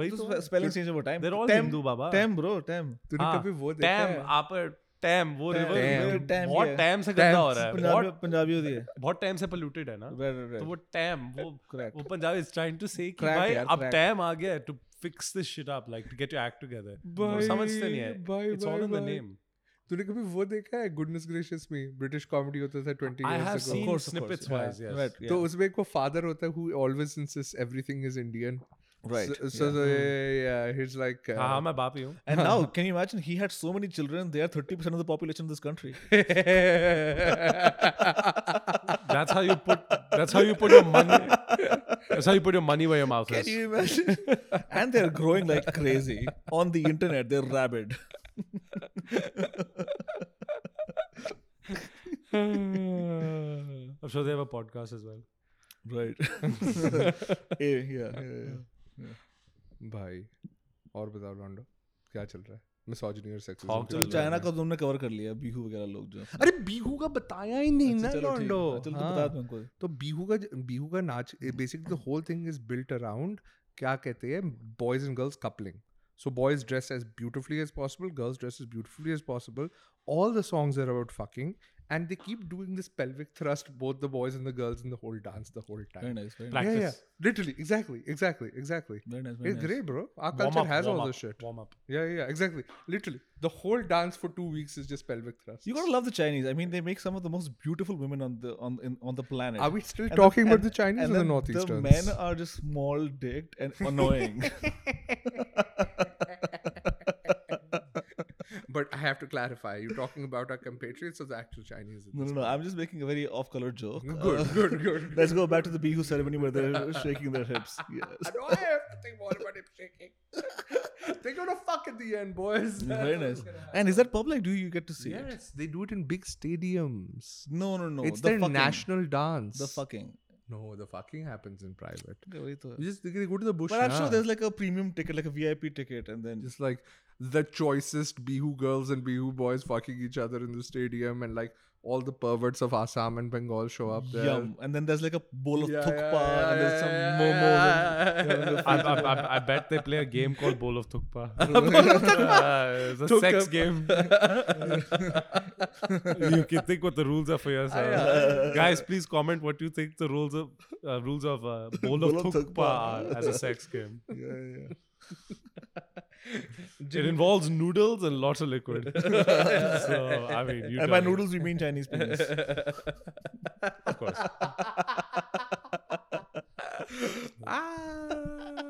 वही
तो
तो
spe- spelling change over time.
They're all
Tem-
Hindu, Baba.
Tem, bro, Tem.
तूने
हाँ,
कभी वो देखा
टैम
है?
आपर टैम वो
Tam.
River
Tam.
Tam भी
बहुत
है.
टैम से गंदा हो
Tam.
रहा है
पंजाबी
बहुत
पंजाबी होती है.
बहुत टैम से पोल्यूटेड है ना
Right, right,
तो
right.
वो टैम वो
Correct.
वो Punjab is trying to say कि
Crack
भाई
यार,
अब
crack.
टैम आ गया to fix this shit up like to get your act together
भाई,
समझते नहीं है
भाई,
इट्स ऑल
भाई,
इन द
भाई.
नेम
तूने कभी वो देखा है गुडनेस ग्रेशियस में ब्रिटिश कॉमेडी होता था 20
I have
years
seen
ago
course, of course,
snippets
yeah.
wise, yes.
Right, yeah.
तो उसमें एक वो फादर होता है who always insists everything is Indian
Right,
so, so yeah. yeah yeah he's like uh,
हाँ
(laughs)
हाँ मैं बाप ही हूँ
तो- (laughs) And now, can you imagine? He had so many children. They are 30% of the population of this country.
That's how you put. That's how you put your money. That's how you put your money where your mouth
Can
is.
you imagine? and they're growing like crazy on the internet. They're rabid.
I'm sure they have a podcast as well.
Right. (laughs) yeah, yeah, yeah, yeah.
भाई और बताओ लॉन्डो क्या चल रहा है misogyny और
Talk
sexism
to
चलो China का तुमने कवर कर लिया बीहू वगैरह लोग जो
अरे बिहू का बताया ही नहीं
अच्छा,
ना
चलो ठीक
लॉन्डो
है। चलो तुम बता दो उनको
तो बिहू का बिहू का नाच basically the whole thing is built around क्या कहते हैं boys and girls coupling so boys dress as beautifully as possible girls dress as beautifully as possible all the songs are about fucking and they keep doing this pelvic thrust both the boys and the girls in the whole dance the whole time
Very nice. Very nice.
Practice.
yeah yeah literally exactly exactly exactly
Very nice. Very
it's
nice.
great bro our
Warm
culture
up,
has
warm
all
up,
this shit
Warm up.
yeah yeah yeah, exactly literally the whole dance for two weeks is just pelvic thrust
You gotta love the Chinese. I mean, they make some of the most beautiful women on the on in, on the planet.
are we still
And
talking about
and-
the chinese
and
or the
then
northeasterns
The men are just small dicked and
(laughs)
annoying.
But I have to clarify, you're talking about our compatriots or the actual Chinese?
no, no, no. I'm just making a very off-color joke. Uh,
Good, good, good.
(laughs) Let's go back to the Bihu ceremony where they're (laughs) shaking their hips.
I
Yes.
know I have to think more about him shaking. (laughs) They're gonna fuck at the end, boys.
(laughs) Very nice. And is that public? Do you get to see it?
(laughs) Yes, they do it in big stadiums.
No, no, no.
it's
the
their
fucking,
national dance.
The fucking.
No, the fucking happens in private.
But
You just they go to the bush.
I'm
na.
sure there's like a premium ticket, like a VIP ticket, and then
just like the choicest Bihu girls and Bihu boys fucking each other in the stadium, and like all the perverts of Assam and Bengal show up there.
yum. And then there's like a bowl of
Yeah, yeah,
thukpa,
yeah,
and there's some
yeah,
momos.
yeah, yeah, (laughs)
and, and the
I,
fridge.
I, I, I bet they play a game called (laughs) Bowl of Thukpa. Uh, it's a sex
Thukpa.
(laughs) game. you can think what the rules are for yourself. Guys, please comment what you think the rules of uh, rules of uh, Bowl,
Bowl
of
of
Thukpa
Thukpa.
are as a sex game.
yeah, yeah.
It involves noodles and lots of (laughs) liquid. so I mean, you
And by
tell me.
noodles, we mean Chinese penis.
(laughs)
of course.
ah,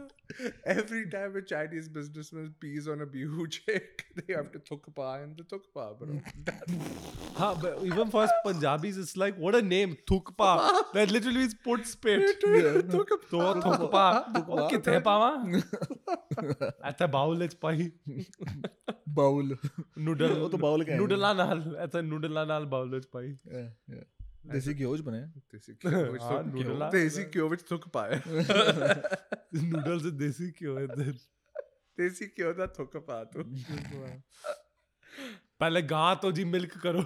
(laughs)
every time a Chinese businessman pees on a Bihu chick, (laughs) they have to thukpa and the thukpa, bro.
Mm.
(laughs)
Huh, but even for us Punjabis, it's like what a name, Thukpa. That literally means put spit.
Thukpa.
(laughs)
तो थोपा ओ किथे पावा ऐता bowl च पाई
Bowl.
(laughs)
Noodle
वो तो bowl का है।
नूडला नाल ऐता नूडला नाल बाउल च
(laughs)
पाई
Yeah, yeah. देसी घी होज बने
Desi Kyo, which
Ah,
thuk-
noodle.
Desi Kyo, which
(laughs)
thukpa. hai.
Noodle से देसी क्यों है
(laughs) Desi Kyo, the thukpa.
(laughs)
tu.
पहले गा तो जी मिल्क
(laughs)
करो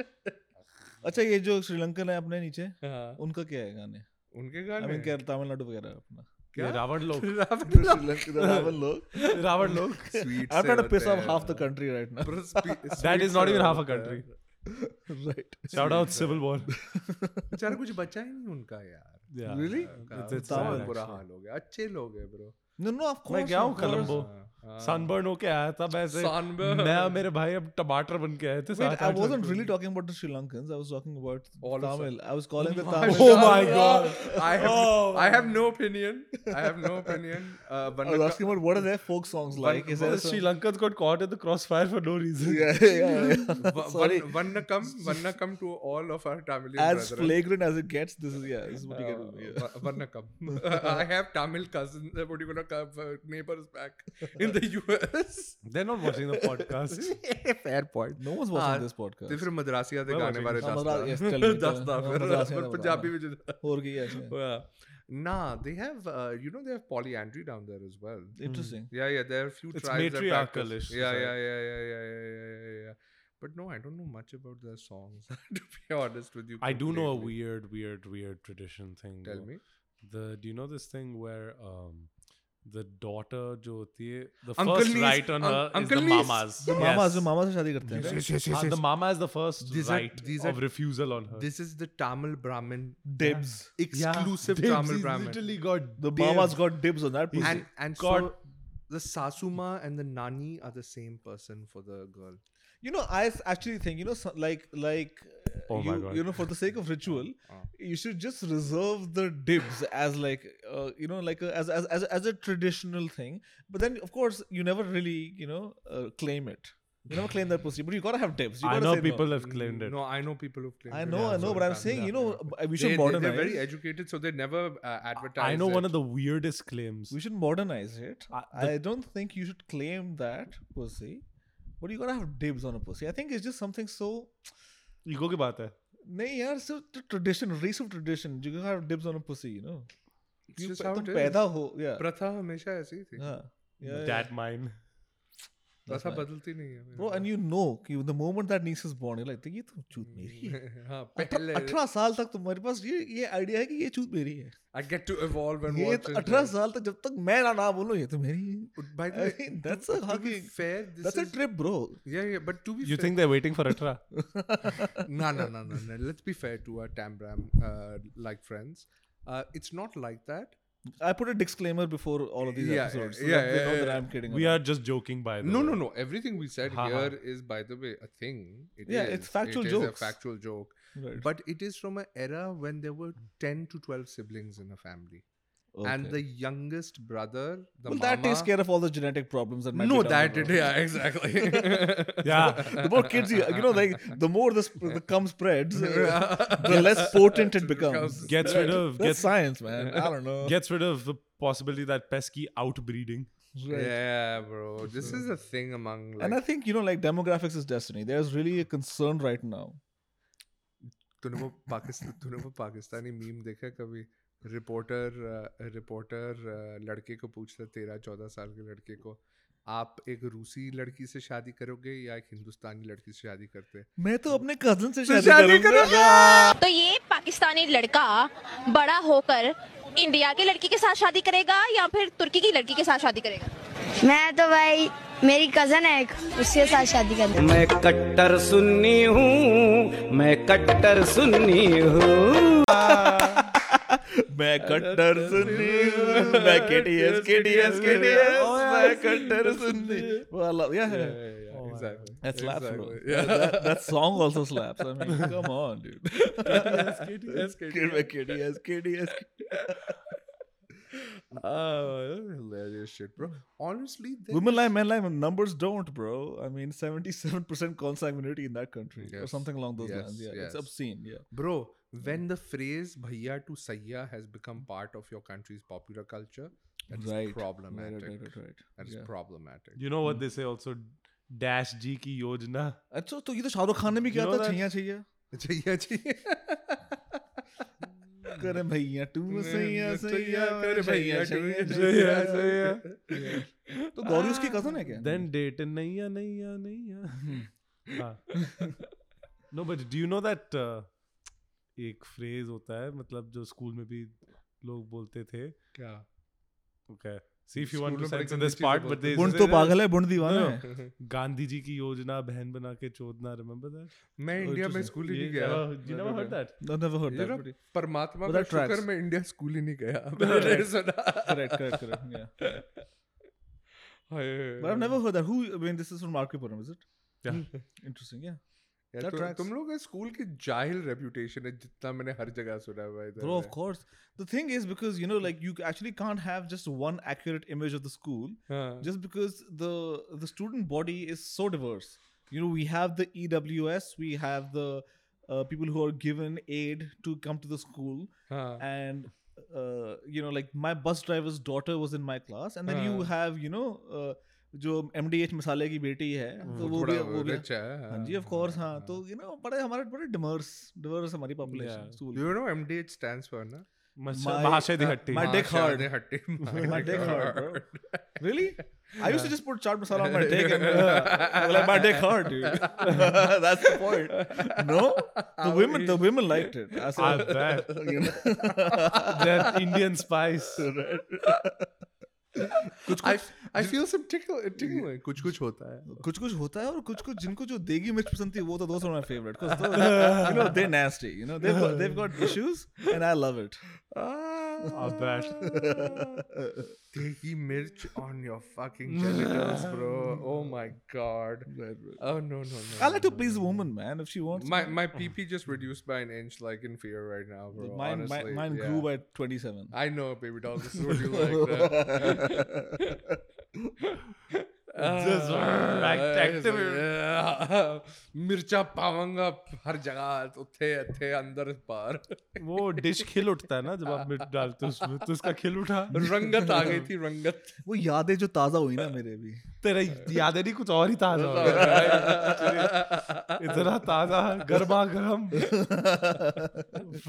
अच्छा ये जो श्रीलंकन है अपने नीचे
हाँ,
उनका क्या है गाने
उनके
आई मीन
गाने
केरल तमिलनाडु वगैरह अपना
ये
(laughs)
रावण
(laughs)
लोग
रावण लोग
श्रीलंका the Ravan लोग
रावण
(laughs)
लोग
(laughs) sweet
I'm
से
trying to piss
होते
off
हैं।
half the country right now. (laughs)
Bro, spe-
(laughs) that
sweet
is not
से
even half a
होता है।
country
(laughs)
right.
shout out civil
(laughs)
war
बेचारा कुछ बचा ही नहीं उनका यार
yeah
Really?
it's, it's
बताओ,
बहुत
sad,
बुरा
actually.
हाल हो गया अच्छे लोग हाँ, है bro
No, no, of course.
मैं गया हूँ
of course.
कोलंबो
हाँ।
सनबर्न होके आया था मैं ऐसे मैं और मेरे भाई अब टमाटर बन के आए थे
Wait,
सात
I
आठ
wasn't
लड़कों
really talking about the Sri Lankans. I was talking about
All of
Tamil. I was calling
(laughs)
the Tamil.
Oh my God.
I have,
Oh.
I have no opinion. I have no opinion. Uh,
I
Vanna
was asking about what are their folk songs like? Is there
The
some-
Sri Lankans got caught in the crossfire for no reason.
uh,
(laughs)
Yeah, yeah, yeah.
Va-
Sorry.
Van- Vannakam, Vannakam to all of our Tamil
As
brethren.
flagrant as it gets, this is yeah. This is what you get.
Uh,
with me, yeah.
Va- Vannakam. (laughs) I have Tamil cousins. uh, What do you gonna call uh, neighbors back in the US?
They're not watching the
(laughs)
podcast.
Fair point.
No one's watching
Ah,
this podcast.
ਤੇ ਫਿਰ ਮਦਰਾਸੀਆ ਦੇ
Well,
ਗਾਣੇ
watching-
ਬਾਰੇ
ਹਾਂ,
ਦੱਸਦਾ
ਮਦਰਾ- yes,
(laughs)
tell me, tell me.
ਦੱਸਦਾ
ਹਾਂ,
ਫਿਰ
ਮਦਰਾਸੀਆ
ਪਰ
ਦਾ
ਪੰਜਾਬੀ
ਗਾਣਾ।
ਵਿੱਚ
Or yes, yeah.
Yeah. Nah, they have, uh, you know, they have polyandry down there as well.
Interesting.
Yeah, yeah, there are a few
It's
tribes. that practice-
matriarchalish
Yeah, yeah,
society.
yeah, yeah, yeah, yeah, yeah, yeah, yeah. But no, I don't know much about their songs, (laughs) to be honest with you.
I do know a
completely.
weird, weird, weird tradition thing.
Tell
though.
me.
The do you know this thing where um the daughter जो होती है the
Uncle
first
niece,
right on
un-
her
Uncle
is the
niece.
mamas.
The मामा जो मामा से शादी करते हैं
Yes,
right?
yes, yes, yes,
Uh, the
yes.
mama is the first
These are-
right
these
of
are-
refusal on her.
This is the Tamil Brahmin.
Dibs.
Exclusive
Dibs,
Tamil
(laughs) he's
Brahmin.
Literally got
The
dibs.
mama's got dibs on that pussy.
And and
God.
so the Sasuma and the Nani are the same person for the girl.
you know, I s- actually think you know, so, like like uh,
Oh my
you,
God. Uh.
you know, for the sake of
(laughs)
ritual, you should just reserve the dibs as like uh, you know, like a, as, as as as a traditional thing. But then, of course, you never really you know uh, claim it. You never claim that pussy, but you gotta have dibs. You
I
gotta
know
say no.
people have claimed it.
No, I know people who''ve claimed
I
it.
know, I
Yeah,
know,
so
but I'm
Tamil-
saying, you
yeah,
know,
yeah.
b- we should
they, they,
modernize.
they're very educated, so they never uh, advertise.
I know
it.
one of the weirdest claims.
we should modernize it.
Uh, the-
I don't think you should claim that pussy, but you gotta have dibs on a pussy. I think it's just something so.
Ego की बात है.
नहीं यार सिर्फ ट- tradition race of tradition you can have dibs on a pussy you know
It's
You
just
pe-
how
तुम
it is.
पैदा हो yeah
प्रथा हमेशा ऐसी थी
हाँ, yeah, yeah.
That mine.
That's
दशा
fine.
बदलती नहीं है
Bro, and you know कि the moment that niece is born, you're like, "ये तो चूत मेरी
(laughs)
है."
हाँ
अठारह
पहले
अठारह साल तक तुम्हारे पास ये ये आइडिया है कि ये चूत मेरी है
I get to evolve and
ये
watch
तो
it. Uh,
अठारह साल तक जब तक मैं ना ना बोलूं ये तो मेरी है
By the
I
way,
mean,
to-
(laughs) that's a
to be
hugging-
fair. This
that's a
is,
trip bro
yeah, yeah, but to be
You
fair,
think they're waiting for Atra?
no, no, no, no, no. Let's be fair to our Tambram uh, like friends. Uh, it's not like that.
I put a disclaimer before all of these
Yeah,
episodes. So
yeah,
that they
yeah,
know that
(laughs) yeah.
I'm kidding.
We
around.
are just joking by the
No,
way.
no, no. Everything we said
Ha, ha.
here is, by the way, a thing. It
Yeah,
is.
it's factual
It is
jokes.
a factual joke.
Right.
But it is from an era when there were 10 to 12 siblings in a family. And
Okay.
the youngest brother, the
well,
mama,
that takes care of all the genetic problems that might
No,
be down
that
the
did.
road.
Yeah, exactly.
(laughs)
(laughs)
Yeah.
the more kids you, you know, like the more (laughs) this the cum (laughs) spreads, uh,
(laughs)
the (laughs) less potent it (laughs) becomes.
Gets rid of
That's
gets,
science, man. I don't know.
gets rid of the possibility that pesky outbreeding.
Right.
Yeah, bro. This is a thing among like
and I think you know, like demographics is destiny. There's really a concern right now.
तूने वो पाकिस्तान तूने वो Pakistani meme देखा है कभी reporter reporter uh, लड़के को पूछता तेरह चौदह साल के लड़के को आप एक रूसी लड़की से शादी करोगे या एक हिंदुस्तानी लड़की से शादी करते हैं
मैं तो अपने cousin से
तो
शादी
शादी
करूंगा।
तो ये पाकिस्तानी लड़का बड़ा होकर इंडिया की लड़की के साथ शादी करेगा या फिर तुर्की की लड़की के साथ शादी करेगा
मैं तो भाई मेरी कजन है एक उसके साथ शादी कर दूंगा।
मैं कट्टर सुन्नी हूँ मैं कट्टर सुन्नी हूँ
(laughs) मैं कट्टर सुन्नी हूँ। मैं KTS, KTS, मैं कट्टर सुन्नी हूँ। Well, I love- yeah, Oh, yeah.
exactly
That slaps, bro.
Exactly.
That, that, that song also slaps. I (laughs) mean, come on, dude. KDS, KDS, KDS.
"Oh, hilarious shit bro honestly there
Women
is-
lie, men lie, but numbers don't, bro. I mean, 77% consanguinity in that country or
Yes.
something along those
Yes,
lines. Yeah, it's
yes.
obscene. Yeah.
bro
Hmm.
when the phrase bhaiya to sayya has become part of your country's popular culture that's
Right. Right,
problematic
Right, right, right, right.
that's
Yeah.
problematic (laughs)
You know
Hmm.
what they say also dash G ki yojana.
अच्छा तो ये तो शाहरुख खान ने भी किया
You know
था
that-
Chaiyya Chaiyya
चाहिए
करे भैया तू सैया सैया करे भैया छैया छैया
चाहिए
तो गौरी उसकी कजन है क्या
Then date naiya naiya
Hmm.
(laughs) naiya. हाँ. No, but do you know that uh, एक phrase होता है मतलब जो school में भी लोग बोलते थे.
क्या
Okay. See if you want
School
to
में बड़ी
censor
गंदी
this
चीजें
part, but
बोलते
they
बुंड तो पागल है बुंड दीवाना
हाँ।
No,
है
no. गांधी जी की योजना बहन बना के चोदना रिमेंबर दैट
मैं इंडिया में स्कूल ही नहीं गया
you never heard that
No, never heard
You
that.
know,
but-
तो परमात्मा
but
का
that
शुक्र
tracks.
मैं इंडिया स्कूल ही नहीं (laughs) गया मैंने
Right.
सुना
correct, correct,
(laughs)
correct. Yeah. But I've never heard that. Who? I mean, this is from Markipuram, is it? Hmm.
Yeah.
Interesting. Yeah.
या
that
तो
tracks.
तुम लोग का स्कूल की जाहिल रेपुटेशन है जितना मैंने हर जगह सुना है भाई इधर
Bro, of
है।
course. The thing is because you know, like you actually can't have just one accurate image of the school,
हाँ,
just because the the student body is so diverse. You know, we have the EWS, we have the uh, people who are given aid to come to the school,
हाँ,
and uh, you know, like my bus driver's daughter was in my class, and then you
हाँ.
have you know. Uh, जो एम डी एच मसाले की बेटी है तो वो भी
थोड़ा
वो भी
rich है
हाँ जी ऑफ कोर्स हाँ तो यू नो बड़े हमारे बड़े डिवर्स डिवर्स हमारी population
Yeah.
School
you know MDH stands for ना हाँ,
My-
महाशय दी
uh,
हट्टी
my dick hard.
हट्टी
(laughs)
(laughs)
My dick hard, bro. really I used to just put chaat masala on my dick and I was like my dick hard dude (laughs) that's the point no the women the women liked it I (laughs)
I
said
bet
you know
(laughs) that Indian spice.
कुछ कुछ I feel some tickle tickle कुछ कुछ होता है
कुछ कुछ होता है और कुछ कुछ जिनको जो देगी मिर्च पसंद थी वो तो दोस्त my favourite you know they're nasty you know they've got, they've got issues and I love it Ah.
I bet.
Tehi mirch on your
(laughs)
fucking genitals, bro. Oh my god. Oh no no no.
I like to please a woman man if she wants
My my PP just reduced by an inch, like in fear right now, bro.
mine, mi-
honestly,
mine
yeah.
grew by 27
I know, baby doll. This is what you (laughs) like. though.
Just
Uh, it's like,
active.
yeah. (laughs) मिर्चा पावंगा हर जगह उत्थे अथे अंदर पार
वो dish खिल उठता है ना जब आप मिर्च डालते हो उसमें तो उसका खिल उठा
रंगत आ गई थी रंगत
वो यादें जो ताजा हुई ना मेरे भी
तेरा याद है नहीं कुछ और ही ताजा हो गया इतना ताजा गर्मा गर्म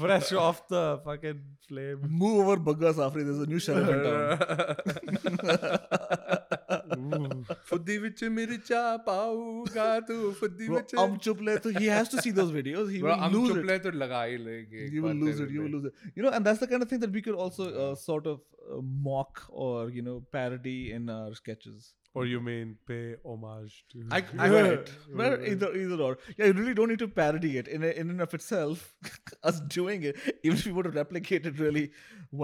fresh off the fucking flame
Move over Bagga Safri. There's a new sheriff in town.
फुद्दी विच मिर्चा पाऊगा तू फुद्दी
Bro,
which
um Chuple, so he has to see those videos. He
Bro,
will
हम
lose it.
चुपले तो लगा ही लेंगे एक
you will
बार
lose
तेरे
it you will
पे।
lose it you know and that's the kind of thing that we could also uh, sort of uh, mock or you know parody in our
(laughs)
sketches
or you mean pay homage to?
I, I got
Right.
it.
Well, either either or. Yeah, you really don't need to parody it in in and of itself. (laughs) us doing it, even if we were to replicate it really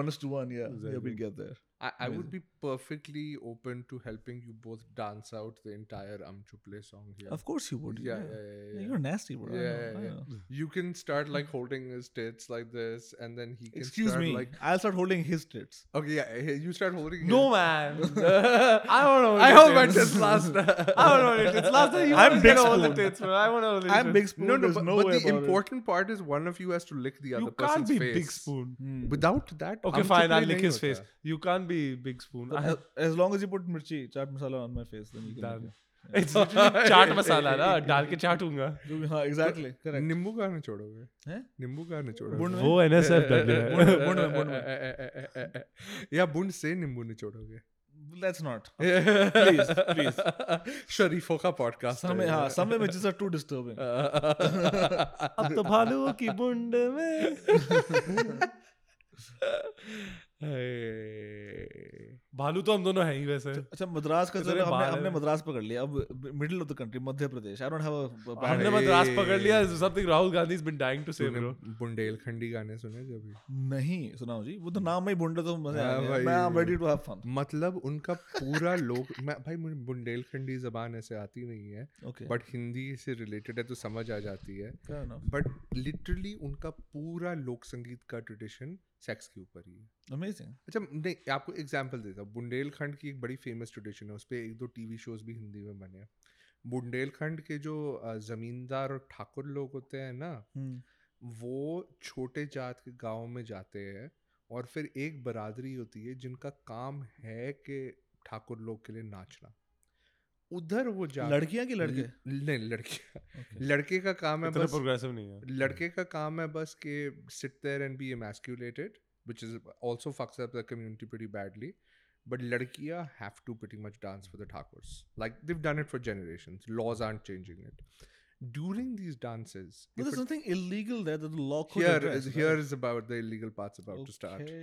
one is to one, yeah, yeah,
Exactly.
we'd get there.
I, I would be perfectly open to helping you both dance out the entire Am Chuple song here.
Of course you would.
Yeah,
Yeah,
yeah, yeah, yeah.
You're nasty, bro. I
Yeah,
know,
yeah,
I
yeah.
know.
You can
(laughs)
start like holding his tits like this, and then he can
Excuse
start
me.
like
I'll start holding his tits.
okay, yeah, hey, you start holding.
no
his.
man. (laughs) I don't know.
(laughs) I hope I just last.
(laughs)
(laughs)
I don't know. It's last time you
I'm
always
big
get all the
spoon.
tits, bro. I want to know. the
I'm
tits.
big spoon.
no, no,
there's
but,
no
but
way
the
about it.
important part is one of you has to lick the other
You can't
person's
be
face. Hmm.
big spoon. Hmm.
Without that,
Okay,
Am
fine.
Chuple
I'll lick
nahi
his
hota.
face. You can't be big
तो
spoon. I-
As, तो as long as you put mirchi, chaat masala on my face, then you
(laughs)
can.
Done.
Done.
It's (laughs) literally chaat masala ना डाल के चाटूंगा
हाँ, exactly. Correct.
नींबू का नहीं छोड़ोगे
हैं?
नींबू का नहीं छोड़ोगे (laughs)
बुंड में?
वो एनएसएफ (laughs) डब्ल्यू
बुंड में, बुंड में.
या बुंड से नींबू नहीं छोड़ोगे
Let's not. Please, please.
(laughs)
हाँ,
शरीफों का podcast
Some, yeah, some images are too disturbing.
Uh,
अब तो भालुओं की बुंड में (laughs) भालू तो हम दोनों हैं ही वैसे
अच्छा मद्रास का
इधर ही
चलो हमने
बाहर
हमने
है।
मद्रास पकड़ लिया अब middle of the country Madhya Pradesh I don't have
हाँ,
अ
हमने मद्रास पकड़ लिया something Rahul Gandhi is been dying to say bro
Bundelkhandi गाने सुने कभी
नहीं सुनाओ जी वो तो नाम ही बुंडे तो मजा
हाँ
आ गया
भाई।
मैं I ready to have fun
मतलब उनका
(laughs)
पूरा लोग मैं भाई मुझे बुंडेलखंडी जबान ऐसे आती नहीं है
ओके
बट हिंदी से रिलेटेड है तो समझ आ जाती है
फेयर
बट लिटरली उनका पूरा लोक संगीत का ट्रेडिशन सेक्स के ऊपर ही है
अमेजिंग
अच्छा नहीं आपको एग्जाम्पल देता हूँ बुंदेलखंड की एक बड़ी फेमस ट्रेडिशन है उस पर एक दो टीवी शोज भी हिंदी में बने हैं बुंदेलखंड के जो अ, जमींदार और ठाकुर लोग होते हैं ना
Hmm.
वो छोटे जात के गांव में जाते हैं और फिर एक बरादरी होती है जिनका काम है कि ठाकुर लोग के लिए नाचना उधर वो जा
लड़कियां की लड़के
नहीं लड़के
Okay.
लड़के का काम है
इतना
बस
प्रोग्रेसिव नहीं है
लड़के का काम है बस कि sit there and be emasculated which is also fucks up the community pretty badly but ladkiya have to pretty much dance for the thakurs like they've done it for generations laws aren't changing it during these dances if
But there's
it-
something illegal there that the law could
here
address,
is here is about the illegal parts about to start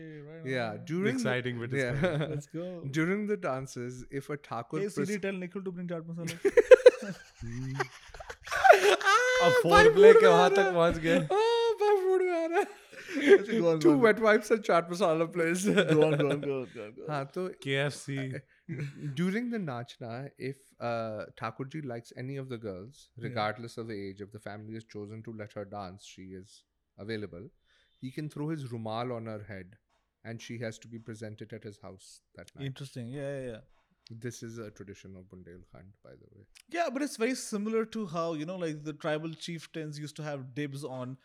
yeah during
Exciting bit
the,
is
yeah. (laughs)
Let's go.
during the dances if a thakur
Hey,
pres-
Siri, tell Nikhil to bring chaat masala.
(laughs) Ah,
अब (laughs) four play के वहां तक पहुंच गए
Oh, my food में आ रहा
go
है
on,
two
go on.
wet wipes and chaat masala please
Go on, go on, go on, go on, go on.
हाँ तो (laughs)
KFC
during the Nachna, if uh, Thakurji likes any of the girls, regardless of the age, if the family has chosen to let her dance, she is available. He can throw his rumal on her head, and she has to be presented at his house that night.
Interesting. Yeah, yeah, yeah.
This is a tradition of Bundelkhand, by the way.
Yeah, but it's very similar to how you know, like the tribal chieftains used to have dibs on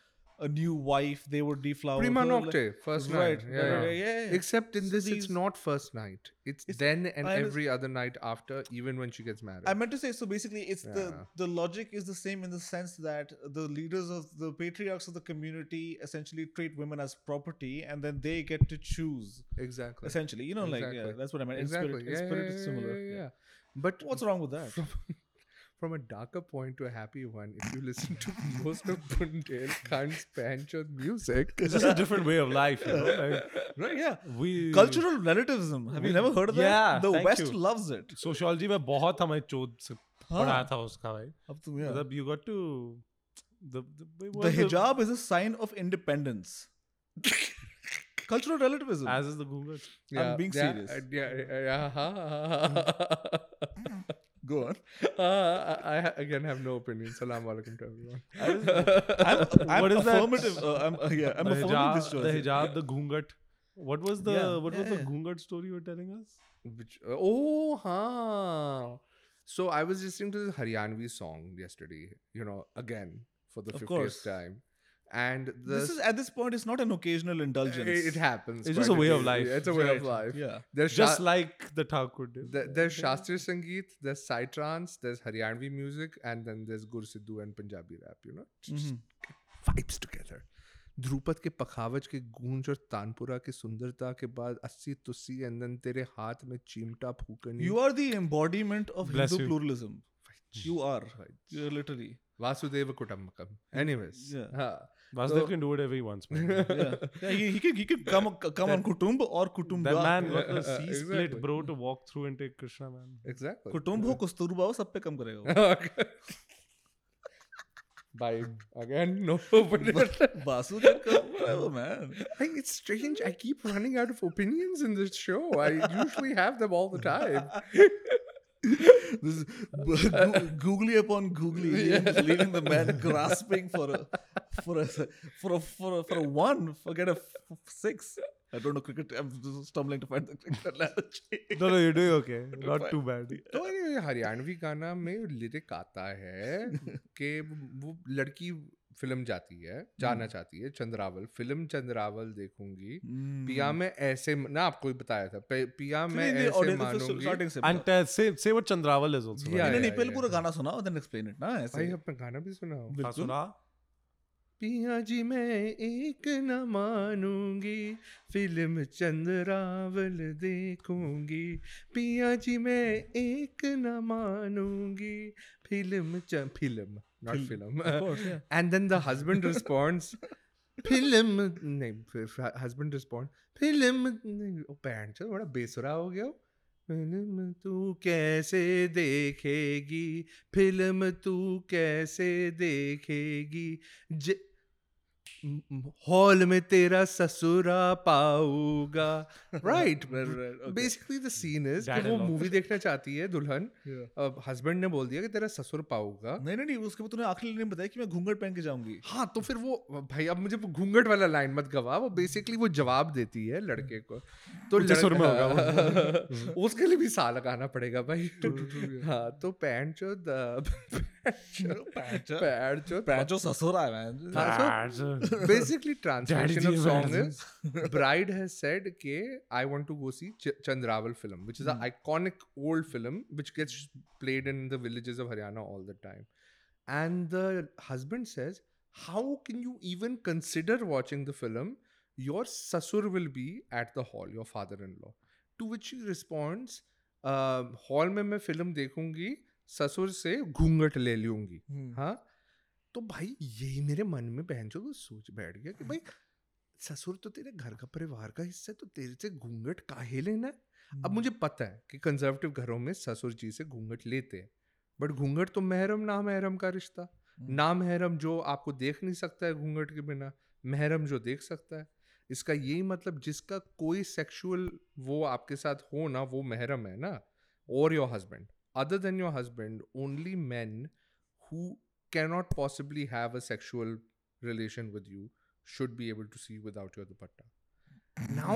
a new wife. They would deflower.
Prima
her, like-
nocte, first
right,
night.
right,
Yeah,
right,
yeah.
right, yeah, yeah.
Except in
So
this, it's
these-
not first night. It's,
It's-
then and
I under-
every other night after, even when she gets married.
I meant to say so. Basically, it's
Yeah.
the the logic is the same in the sense that the leaders of the patriarchs of the community essentially treat women as property, and then they get to choose.
exactly.
Essentially, you know, like yeah,
Exactly.
that's what I meant. In
Exactly.
spirit, in spirit it's similar.
yeah,
yeah.
yeah. But
What's wrong with that?
from, (laughs) from a darker point to a happy one, if you listen to (laughs) most of Bundel Khan's Panchot music,
it's just a different way of life you know like
right? Yeah.
We
Cultural relativism. Have you never heard of that?
Yeah,
The
thank
West
you.
loves it.
Sociology में बहुत हमें चोद से पढ़ा था उसका भाई
Up to- yeah.
मतलब you got to the the, it
the
was a-
hijab is a sign of independence. (laughs) Cultural relativism.
as is the ghungas
yeah,
being
yeah,
serious. Mm.
uh, Yeah, yeah, yeah.
Go on.
uh, (laughs) I ha- again have no opinion. Salam alaikum to everyone.
I'm, I'm
What is that?
affirmative. uh, I'm, uh, yeah, I'm
the
affirmative this
hijab
choice.
the hijab the ghungat what was the
Yeah,
what
yeah,
was the
yeah.
ghungat story you were telling us
Which, uh, oh, huh. So I was listening to this Haryanvi song yesterday, you know, again for the
Of
50th
course.
time. And the
This is at this point. It's not an occasional indulgence.
it, it happens.
It's just
quite
a way of
occasionally.
life.
It's a way of
Right.
life.
Yeah.
There's
just
Sha-
like the thakur did
Th- there's Shastriya Sangeet, there's Psytrance, there's Haryanvi
Mm-hmm.
music, and then there's Gursidhu and Punjabi rap, you know? Just
Mhm.
vibes together. Dhrupad के पखावज के गूंज और तानपुरा की सुंदरता के बाद अस्सी तुस्सी and then तेरे हाथ में चिमटा फूकनी
You are the embodiment of
Bless
Hindu
you.
pluralism. You are. You're
(laughs)
literally.
वासुदेव हाँ, कुटुम्बकम एनीवेज
Yeah.
हां
Vasudev
Oh.
So-
can do whatever he wants.
(laughs)
Man.
Yeah. yeah he, he could he could come come on Kutumb or Kutumba.
that man
(laughs)
got the sea
Exactly.
split, bro, to walk through and take Krishna, man.
Exactly
कुटुंब
(laughs)
हो कस्तूरबा हो सब पे कम करेगा वो।
(laughs) Bye again. No, but
Basudev का वो है वो man.
I, it's strange. I keep running out of opinions in this show. I usually have them all the time. (laughs)
This is b- goo- googly upon googly, leaving, leaving the man grasping for a for a for a for a, for a one. Forget a f- six. I don't know cricket. I'm just stumbling to find the cricket analogy.
No, no, you're doing okay. Not
too
bad.
तो anyway, Haryanvi गाना में lyric आता है कि वो लड़की film जाती है जाना Hmm. चाहती है चंद्रावल फिल्म चंद्रावल देखूंगी पिया मैं ऐसे ना आपको ही बताया था पे- पिया मैं
नहीं, नहीं,
ऐसे
audience को
मानूंगी
starting से
And uh, say say what Chandraval is also.
Yeah,
नहीं
yeah.
नहीं पहले पूरा गाना सुनाओ देन एक्सप्लेन इट ना ऐसे
भाई अपना गाना भी सुनाओ
बिल्कुल
पिया जी मैं एक न मानूंगी फिल्म चंद्रावल देखूंगी पिया जी मैं एक न मानूंगी फिल्म च film not film And then the husband responds, film नहीं फिर husband responds, फिल्म नहीं ओ पैंट चल बड़ा बेसुरा हो गया वो। फिल्म तू कैसे देखेगी फिल्म तू कैसे देखेगी ज हॉल में तेरा ससुरा पाऊगा
(laughs)
right basically the scene is कि
Dad
वो
in law.
मूवी देखना चाहती है दुल्हन
Yeah.
हस्बैंड ने बोल दिया कि तेरा ससुर पाऊगा
नहीं नहीं नहीं उसके बाद तूने आखिरी लाइन बताया कि मैं घूंघट पहन के जाऊंगी
हाँ तो फिर वो भाई अब मुझे वो घूंघट वाला लाइन मत गवा वो बेसिकली वो जवाब देती है लड़के को तो
ऊंचे सुर में होगा
(laughs) उसके लिए भी सा लगाना पड़ेगा
(laughs)
भाई हाँ तो पैंट जो (laughs)
पैंट चो-
पैंट जो
पैंट जो ससुरा है man. (laughs)
basically translation of
Daddy
song
Evans.
is bride has said ke i want to go see Ch- chandraval film which is an iconic old film which gets played in the villages of haryana all the time and the husband says how can you even consider watching the film your sasur will be at the hall your father-in-law to which she responds uh, hall में मैं film देखूंगी ससुर से घूंघट ले लूंगी
Hmm. हम्म।
हाँ तो भाई यही मेरे मन में बहन जो सोच बैठ गया कि भाई ससुर तो तेरे घर का परिवार का हिस्सा है तो तेरे से घूंघट काहे लेना है अब मुझे पता है कि कंजर्वेटिव घरों में ससुर जी से घूंघट लेते हैं बट घूंघट तो महरम ना महरम का रिश्ता
हम्म।
ना महरम जो आपको देख नहीं सकता है घूंघट के बिना महरम जो देख सकता है इसका यही मतलब जिसका कोई सेक्सुअल वो आपके साथ हो ना वो महरम है ना और your husband other than your husband, only men who cannot possibly have a sexual relation with you should be able to see without your dupatta. Now,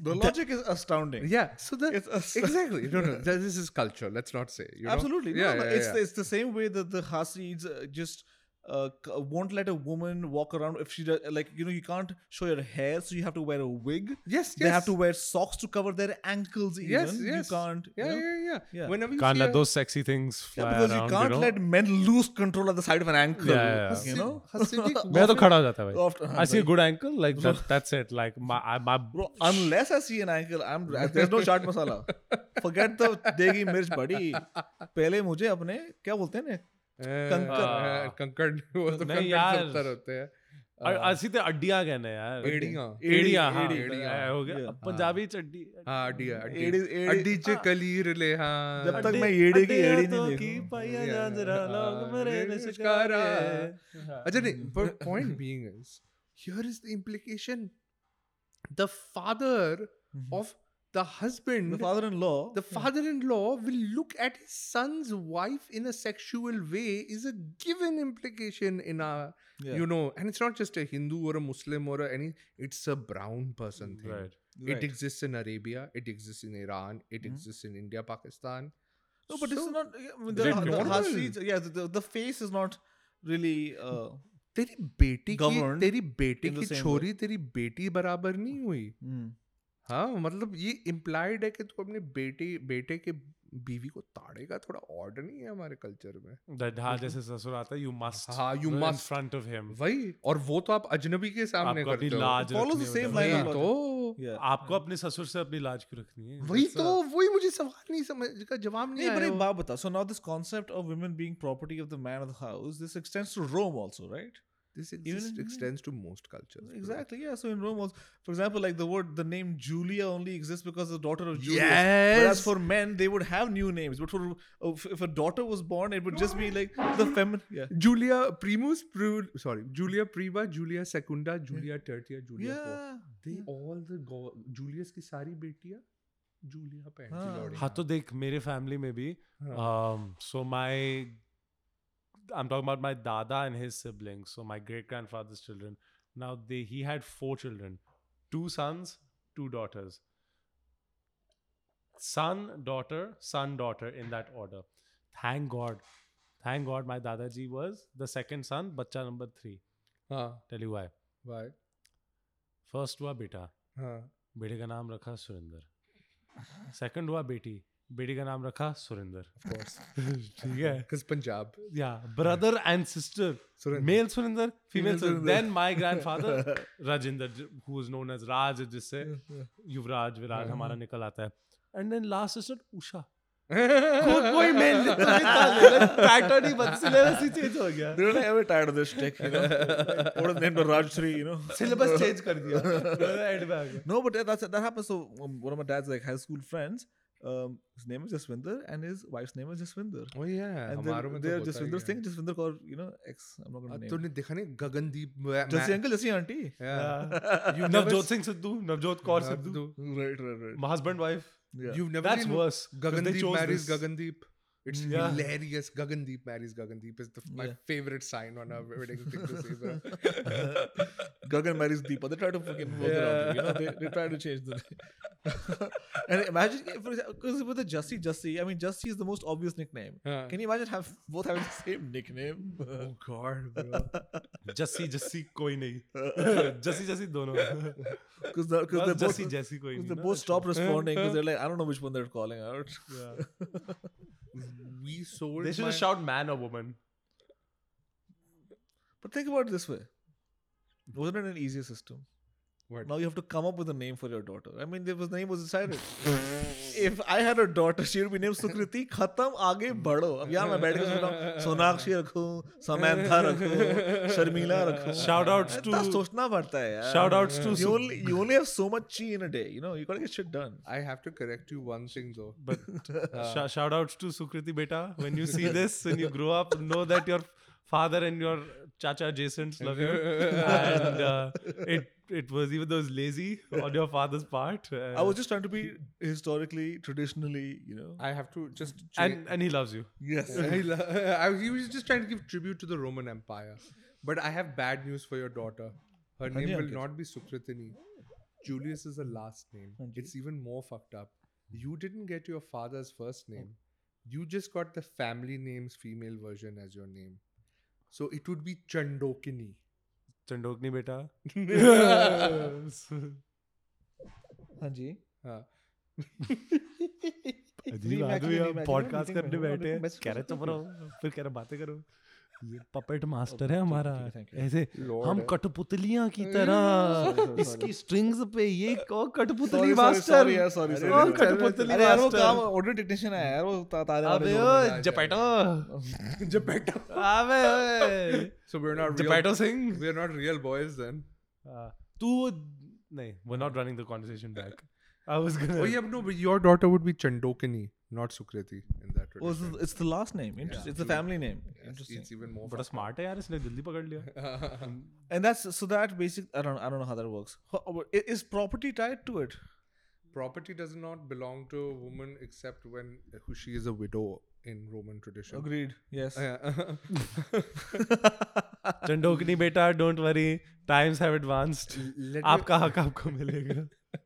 The logic is astounding.
Hmm. yeah, so the
It's a-
exactly no
(laughs)
no that- this is culture. Let's not say you know?
Absolutely. No,
yeah,
no,
yeah,
it's,
yeah.
The, it's the same way that the Hasids uh, just uh, c- won't let a woman walk around if she does, like you know you can't show your hair, so you have to wear a wig.
yes yes
They have to wear socks to cover their ankles. Even
yes yes
you can't. you
yeah
know?
yeah, yeah
Yeah.
whenever you
Can't
see
let
a-
those sexy things
Yeah,
fly
because
around.
you can't
you know?
let men lose control at the side of an ankle.
Yeah, yeah, yeah.
You know,
Hasidic
(laughs)
मैं तो
women-
खड़ा हो जाता है
After-
भाई
हाँ
I see
भाई।
Good ankle like that's it like my my
bro. Unless I see an ankle, I'm there's no chaat
(laughs)
masala. Forget the degi mirch buddy. पहले मुझे अपने क्या बोलते हैं ना
Eh,
कंकड़।
हाँ, कंकड़ (laughs) वो तो
नहीं
कंकड़
यार।
सत्तर होते हैं
आई सी द अड्डिया कहने यार
एड़ियाँ।
एड़िया हाँ
एड़ी,
एड़िया
हाँ,
हो गया
yeah.
पंजाबी चड्डी
हाँ अड्डी अड्डी
Hmm. एड़ी- एड़ी-
अड्डी च कलीर ले हाँ
जब तक मैं एड़ी की एड़ी नहीं
की
देखूं।
पाया
Yeah.
जांजरा लोग
हाँ,
मरे
मेरे
न
shikara.
Shikara
Ajay,
Hmm. (laughs)
but point being is, here is the implication. The father of the husband,
Hmm. The father-in-law.
the father-in-law will look at his son's wife in a sexual way is a given implication in our,
Yeah.
you know, and it's not just a Hindu or a Muslim or a any, it's a brown person thing.
Right.
It
Mm, Right. Mm-hmm.
exists in Arabia, it exists in Iran, it exists in India, Pakistan.
No, but it's
So-
not. I mean, the,
They're
the
normal.
Hasids, yeah, the, the, the face is not really. Uh,
तेरी बेटी की
Governed
तेरी बेटी
in the
की
same way.
छोरी तेरी बेटी बराबर नहीं हुई
mm.
हाँ मतलब ये इम्प्लाइड है कि तू अपने बेटे बेटे के बीवी को ताड़े का थोड़ा ऑर्डर नहीं है हमारे कल्चर में
दैट हाँ जैसे ससुर आता है यू मस्ट
हाँ, you must.
Front of him
वही और वो तो आप अजनबी के सामने
आपको अपनी
करते हो
लाज
Follow the
रखनी होती है।
same
वही
line of
वही-
तो
yeah
आपको अपने ससुर से अपनी लाज क्यों रखनी है
वही
That's
तो
a-
वही मुझे सवाल नहीं समझ का जवाब नहीं
Hey, but
आया
एक
वो।
बात बता, so now this concept of women being property of the man of the house, this extends to Rome also, right?
This
even
exist,
in-
extends to most cultures. bro.
Exactly, yeah. So in Rome also, for example, like the word, the name Julia only exists because the daughter of Julius. Whereas
Yes.
for men, they would have new names, but for oh, if, if a daughter was born, it would just be like the feminine. Yeah.
Julia Primus, Pru, sorry, Julia Prima, Julia Secunda, Julia Tertia, Julia. Fourth.
Yeah.
They all the go- Julius की सारी बेटियां Julia पहनती
हाँ।
लौड़ी।
हाँ तो देख मेरे फैमिली में भी um, so my I am talking about my दादा and his siblings so my great grandfather's children now they he had four children two sons two daughters son daughter son daughter in that order thank god thank god my dadaji was the second son bacha number 3
हाँ,
tell you why
why?
first हुआ बेटा
हाँ,
बेटे का नाम रखा Surendra second हुआ बेटी बेटी का नाम रखा सुरेंद्र
of course.
ठीक है
'Cause Punjab.
या brother and sister
Surinder.
Male Surinder female
Female
Surinder
Surinder.
Then my grandfather Rajendra who is known as Raj जिससे युवराज विराज हमारा निकल आता है and then last sister (laughs) Usha को- कोई मेल पैटर्न ही बदल सिलेबस ही चेंज हो गया
They don't ever tired of this shtick, (laughs) you know. What is named Rajshri, you (laughs) know.
Syllabus change कर दिया एंड में आ गया
No, but that's, that happens. So um, one of my dad's like high school friends, um, his name is Jaswinder, and his wife's name is Jaswinder.
Oh yeah,
And
हमारों
then
में तो
they're
होता ही
Jaswinder
है।
Singh, Jaswinder Kaur, you know, ex. I'm not gonna
अब
name.
तूने देखा नहीं गगनदीप मैं-
Jassi
मैं-
uncle, Jassi auntie.
Yeah. (laughs) हाँ,
Yeah. Navjot Singh Sidhu Navjot Kaur Sidhu
Abdu.
Right, right, right.
Husband wife
Yeah.
You've never
That's
seen
worse, 'cause they
Gagandeep
chose
marries
this. Mm.
Gagandeep. It's
Yeah.
hilarious. Gagandeep marries Gagandeep is the, my
Yeah.
favorite sign on a wedding thing to say. bro.
(laughs)
Gagan marries Deepa. They try to fucking work around it. You know, they, they try to change the name. (laughs) and imagine, for example, because with the Jussie, Jussie, I mean, Jussie is the most obvious nickname.
Huh.
Can you imagine have both having the same nickname?
(laughs) oh God, bro.
Jassi Jassi कोई नहीं (laughs) जस्सी जस्सी दोनों
Because the, cause they're both,
Jassi जैसी कोई
'cause
नहीं
they
ना,
both
that's
stop responding
(laughs)
because they're like, I don't know which one they're calling out.
why. Yeah.
We sold.
They should
my-
have shout man or woman.
But think about it this way. Wasn't it an easier system?
What?
Now you have to come up with a name for your daughter. I mean, the was name was
(laughs)
decided. if I had a daughter, she would be named Sukriti. Khatam, aage bado. Ab yahan main baith ke soch raha hoon, Sonakshi rakhu, Samantha rakhu, Sharmila rakhu.
Shout outs to
इतना सोचना पड़ता है यार.
shout outs to
You
Sup-
only you only have so much chi in a day. You know, you gotta get shit done.
I have to correct you one thing though.
but (laughs) uh, sh- shout outs to Sukriti beta. When you see this, when you grow up, know that your father and your chacha adjacents love you, and uh, it it was even though it was lazy on your father's part, uh,
I was just trying to be historically, traditionally, you know.
I have to just. Cha-
and and he loves you.
Yes.
I lo- (laughs) I was- he was just trying to give tribute to the Roman Empire. But I have bad news for your daughter. Her name will
Ankit.
not be Sukritini. Julius is a last name. It's even more fucked up. You didn't get your father's first name. You just got the family name's female version as your name. So it would be
(laughs)
Chandokini.
Chandokni beta.
हाँ जी. (laughs)
हाँ.
अजीब
Imagine,
आदमी हम
imagine,
podcast
meeting में
करने
हो,
बैठे हैं
meeting में
कह रहे
(laughs) सोचो
चुप रहो फिर कह रहे बातें करो ये पपेट मास्टर है हमारा ऐसे हम
eh?
कठपुतलियां की
(laughs)
तरह इसकी स्ट्रिंग्स पे ये को कठपुतली
Sorry, sorry,
मास्टर
sorry, यार, sorry, sorry,
और
sorry.
कठपुतली
अरे यार वो
master.
काम ऑडियो टेक्नीशियन है यार वो ता- तारे
अबे ओ
वाले लोग (laughs)
जपेटो
Geppetto.
अबे ओए
So we're not real.
जपेटो Singh
We're not real boys
(laughs)
then.
हाँ।
तू नहीं we're not running the conversation back I was gonna
Oh yeah, but no, but your daughter would be Chandokini, not Sukriti in that
Oh,
tradition.
it's, it's the last name. Interesting. It's the family name.
Yes,
Interesting.
it's even more.
बड़ा smart है यार इसने जल्दी पकड़
(laughs)
लिया
And that's so that basic. I don't. I don't know how that works. Ho- oh, i- Is property tied to it?
property does not belong to a woman except when who she is a widow in Roman tradition.
Agreed. Yes.
(laughs) Yeah.
(laughs)
चंडोकनी बेटा don't worry times have
(laughs)
advanced
Let me-
आपका हक आपको मिलेगा
(laughs)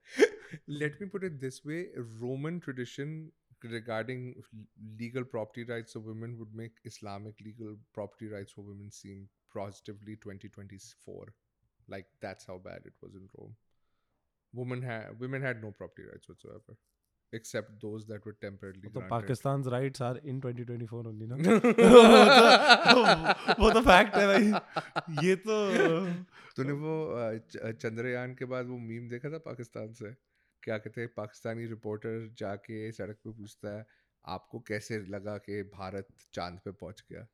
Let me put it this way: Roman tradition regarding l- legal property rights of women would make Islamic legal property rights for women seem positively 2024. Like that's how bad it was in Rome. Women had women had no property rights whatsoever. except those that were temporarily
So
granted.
Pakistan's तो rights are in 2024 only, (laughs) no?
(laughs)
वो
वो तो fact है भाई। ये तो
(laughs)
तूने वो अ, च- अ, चंद्रयान के बाद वो मीम देखा था पाकिस्तान से क्या कहते हैं पाकिस्तानी रिपोर्टर जाके सड़क पे पूछता है आपको कैसे लगा कि भारत चांद पे पहुंच गया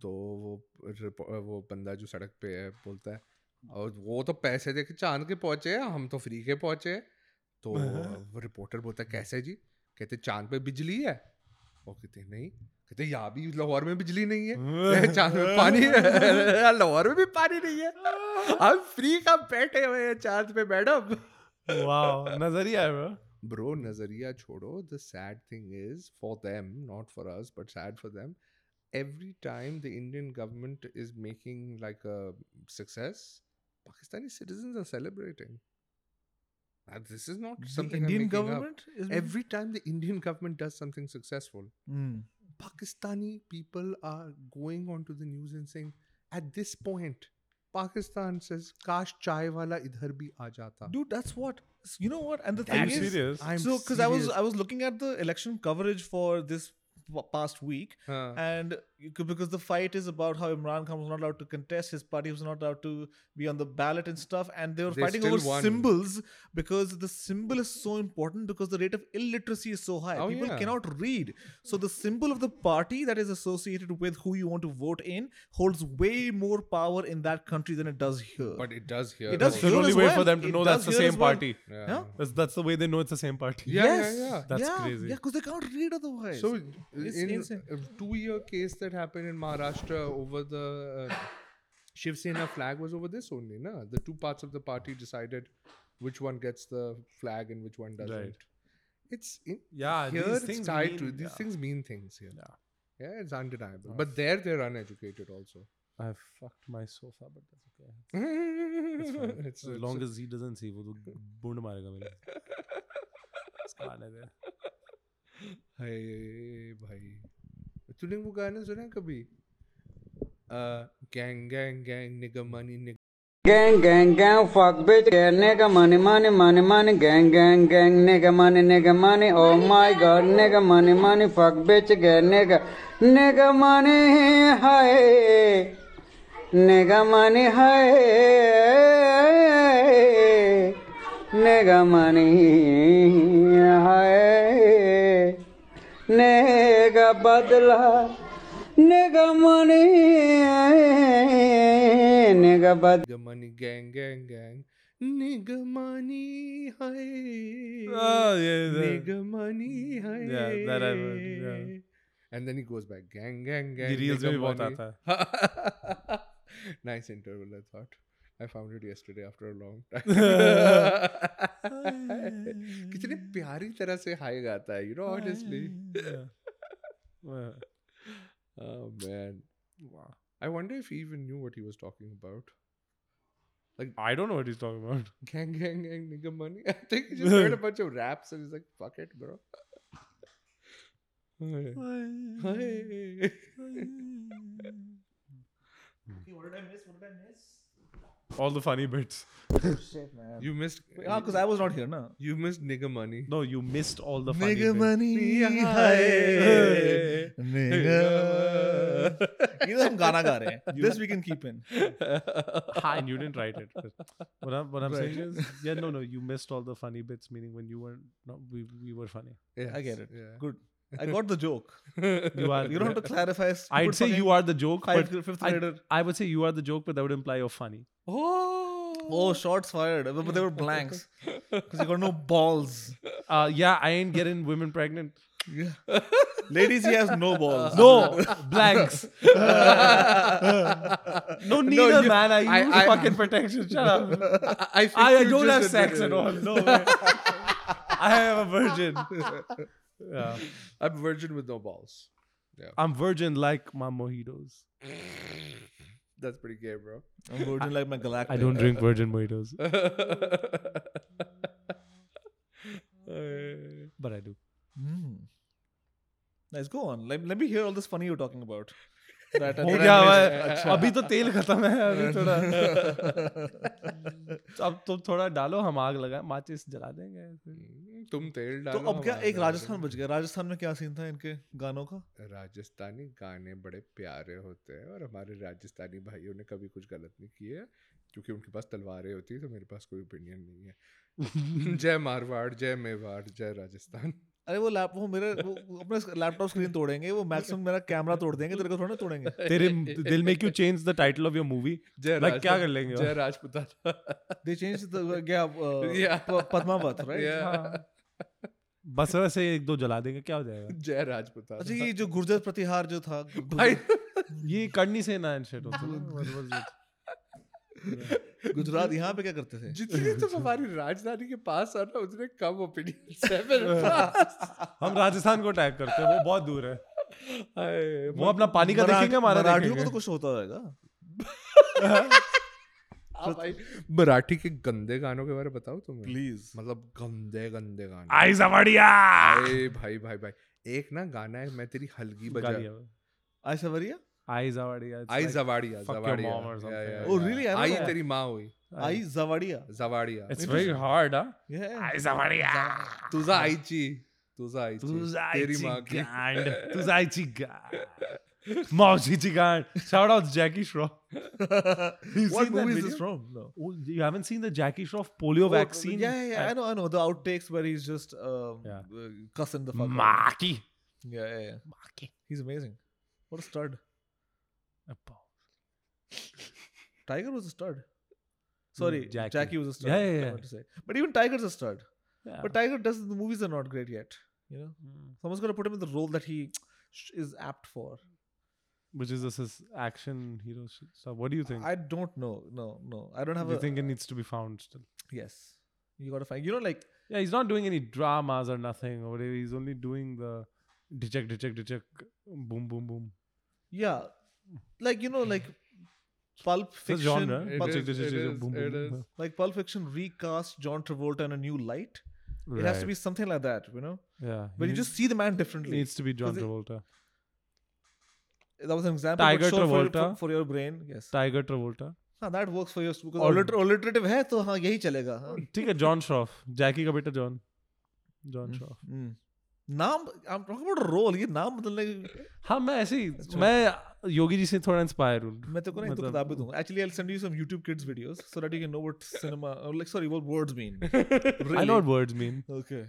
तो वो रिपो- अ, वो बंदा जो सड़क पे है बोलता है और वो तो पैसे दे के चांद के पहुंचे हैं, हम तो फ्री के पहुंचे हैं।" तो वो रिपोर्टर बोलता है कैसे जी कहते चांद पे बिजली है और कहते नहीं कहते यहाँ भी लाहौर में बिजली नहीं है चांद में पानी
(laughs)
है लाहौर में भी पानी नहीं है हम फ्री का बैठे हुए हैं चांद पे मैडम
वाओ नजरिया है bro।
ब्रो नजरिया छोड़ो the sad thing is for them not for us but sad for them every time the Indian government is making like a success Pakistani citizens are celebrating this is not something
Indian government is
every time the indian (laughs) government does something successful
Mm.
Pakistani people are going onto the news and saying, at this point, Pakistan says, "Kash chai wala idhar bhi aa jata."
dude that's what S- you know what and the
I'm
thing is
serious.
I'm
so because i was
serious.
i was looking at the election coverage for this p- past week
Huh.
and you could- because the fight is about how imran khan was not allowed to contest his party was not allowed to be on the ballot and stuff and they were
They
fighting
still
over
won.
symbols because the symbol is so important because the rate of illiteracy is so high
Oh,
people
yeah.
cannot read so the symbol of the party that is associated with who you want to vote in holds way more power in that country than it does here
but it does here.
It
also.
does
That's the
here
only
as
way for
well.
them to
It
know
does
that's the
here as
same
well.
party.
Yeah.
yeah?
That's, that's the way they know it's the same party.
Yeah, yeah,
yes.
yeah.
That's
yeah,
crazy.
Yeah, because they can't read otherwise.
So, uh,
It's
in
insane.
a two-year case that happened in Maharashtra over the uh, Shiv Sena flag was over this only, na? The two parts of the party decided which one gets the flag and which one doesn't.
Right.
It's in,
Yeah,
here
these
it's
things
tied
mean-
to these
yeah.
things mean things here.
Yeah.
Yeah, it's undeniable. But there, they're uneducated also.
I fucked my sofa, but that's okay. It's fine.
(laughs) it's, uh,
as long as he doesn't see, वो तो बूंद मारेगा मेरे इसको आने दे।
हाय भाई तूने वो गाना सुना है कभी Uh, gang gang gang Nigam money
gang gang gang fuck bitch कहने का माने माने माने माने गैंग गैंग गैंग ने का माने ने का माने ओ माय गॉड ने का माने माने फक बिच कहने का ने का माने हाय ने का माने हाय ने का माने हाय ने का बदला ने का माने ने का बदला
Nigam money gang gang gang Nigam money हाय Ah,
Oh, yeah, the-
Nigam money हाय
Yeah, that I would, yeah.
And then he goes back, gang, gang, gang.
ये reels में भी बहुत
Nigamani."
आता है।
(laughs) nice interval, I thought. I found it yesterday after a long time. (laughs)
(laughs)
कितने प्यारी तरह से हाई गाता है, you know, honestly.
Yeah. Well,
Oh man, wow. I wonder if he even knew what he was talking about.
I don't know what he's talking about. (laughs)
Gang, gang, gang, nigga money. (laughs) I think he just heard a bunch of raps and he's like, "Fuck it, bro." Hey.
what did I miss? What did I miss?
All the funny bits.
Shit, man.
you missed.
Yeah, because Ah, I was not here, no.
you missed nigga money.
No, you missed all the funny
Nigga
bits.
money,
Hey.
hi,
(laughs)
nigga. ये तो हम गाना गा रहे हैं. This we can keep
(laughs)
in.
and you didn't write it. (laughs) But What I'm, what I'm saying is, yeah, no, no, you missed all the funny bits. Meaning when you were not, we, we were funny.
Yes,
I get it.
yeah.
Good. I got the joke.
(laughs) You are.
You don't have to clarify.
I'd say you are the joke,
five,
but
fifth
I,
grader.
I would say you are the joke, but that would imply you're funny.
Oh.
Oh, shots fired. But but they were
(laughs)
blanks because you got no balls.
Uh, yeah, I ain't getting women pregnant.
Yeah. Ladies, he has no balls.
No blanks. (laughs) No neither,
you-
man. I,
I-
use
I-
fucking protection. Shut up.
I, think
(laughs) I, I
you
don't
just
have sex at
admitted
all.
it.
(laughs) No way. I am a virgin. Yeah.
I'm virgin with no balls.
I'm virgin like my mojitos.
That's pretty gay, bro.
(laughs) I'm voting like my galactic.
I don't drink virgin (laughs) mojitos, but I do.
Mm. Nice. Go on. Let, let me hear all this funny you're talking about. That,
हो
that I
गया
missed.
भाई
अच्छा।
अभी तो तेल खत्म है अभी
(laughs)
थोड़ा अब तो थोड़ा डालो हम आग लगा माचिस जला देंगे
तुम तेल
तो
डालो
अब क्या
हम
एक
आग
राजस्थान
डालेंगे।
बच गया राजस्थान में क्या सीन था इनके गानों का
राजस्थानी गाने बड़े प्यारे होते हैं और हमारे राजस्थानी भाइयों ने कभी कुछ गलत नहीं किया है क्योंकि उनके पास तलवारें होती है तो मेरे पास कोई ओपिनियन नहीं
(laughs)
है जय मारवाड़ जय मेवाड़ जय राजस्थान
अरे वो लैप वो मेरा वो वो अपना लैपटॉप स्क्रीन तोड़ेंगे वो मैक्सिमम मेरा कैमरा तोड़ देंगे तेरे को थोड़ा ना तोड़ेंगे
(laughs)
तेरे दिल में क्यों change the title of your movie
जय
Like, क्या
राजपूत-
कर लेंगे
जय राजपूताना
दे चेंज द क्या
Yeah.
Padmaavat right
Yeah.
हाँ। बस वैसे एक दो जला देंगे क्या हो जाएगा
जय राजपूताना
अच्छा ये जो गुर्जर प्रतिहार जो था गु-
भाई
ये करनी से ना एंड शिट होता
गुजरात यहाँ पे क्या करते (laughs) थे
(laughs)
जितनी तुम तो हमारी राजधानी के पास हो ना उतने कम ओपिनियन
(laughs)
है मेरे पास
हम राजस्थान को अटैक करते हैं वो बहुत दूर है
हाय,
वो अपना पानी का
मराठ-
देखेंगे हमारा
मराठियों को
देखेंगे।
तो कुछ होता होगा
हाँ भाई, मराठी के गंदे गानों के बारे में बताओ तुम्हें
प्लीज
मतलब गंदे गंदे गाने
आई सवाड़िया
भाई भाई भाई भाई एक ना गाना है मैं तेरी हलगी बजा
आई सवरिया
आई सवाड़िया
आई जवाड़िया
fuck your
जवाड़िया
mom or
Yeah,
something.
yeah,
Oh,
yeah.
really? I
I
never-
तेरी माँ हुई
आई जवाड़िया
जवाड़िया
इट्स वेरी हार्ड
(laughs) Yeah.
आई सवाड़िया
तुझा आईची तुझा आईची
(laughs)
तुझा
तेरी माँ की
गांड तुझा आईची गांड मौजीची गांड shout out Jackie Shroff
What
seen that
movie is
video?
this from? No.
Oh, you haven't seen the Jackie Shroff polio
Oh,
vaccine?
Yeah, yeah, yeah, I know, I know. The outtakes where he's just um,
Yeah.
uh, cussing the fuck. out.
Maki.
Yeah, yeah, yeah.
Maki.
He's amazing. What a stud. Tiger was a stud. Sorry,
Hmm, Jackie.
Jackie. was a stud.
Yeah, yeah,
I
yeah. Ah.
meant to say. But even Tiger's a stud.
Yeah.
But Tiger does the movies are not great yet. You know,
Hmm.
someone's gonna put him in the role that he is apt for.
Which is this is action hero sh- stuff. What do you think?
I don't know. No, no, I don't have
do Hmm. you
a.
think it needs to be found still?
yes, you gotta find. You know, like
Yeah, he's not doing any dramas or nothing or whatever. He's only doing the deject, deject, deject, boom, boom, boom.
yeah, like you know, like pulp
It's a
fiction.
genre.
It is,
Pulp,
Deject, deject,
it
deject,
is,
boom,
it
boom,
is.
boom.
like Pulp Fiction recast John Travolta in a new light. It has to be
Right. Hmm.
something like that, you know.
Yeah.
But
he
you just see the man differently.
needs to be John
they-
Travolta.
that was an example. but
Tiger
sure, for- for,
Travolta.
for your brain. Yes.
Tiger Travolta.
हाँ that works for yours because
और-
alliter- alliterative है तो हाँ यही चलेगा (laughs) हाँ
ठीक है John Shroff. Jackie का बेटा John. John Shroff.
हम्म। नाम I'm talking about role ये नाम बदलने की-
हाँ मैं ऐसे ही मैं योगी जी से थोड़ा इंस्पायर हूँ
मैं तो को ना एक तो
मतलब-
किताबें दूंगा actually I'll send you some YouTube kids videos so that you can know what cinema (laughs) or like sorry what words (laughs) mean
I know what words mean.
okay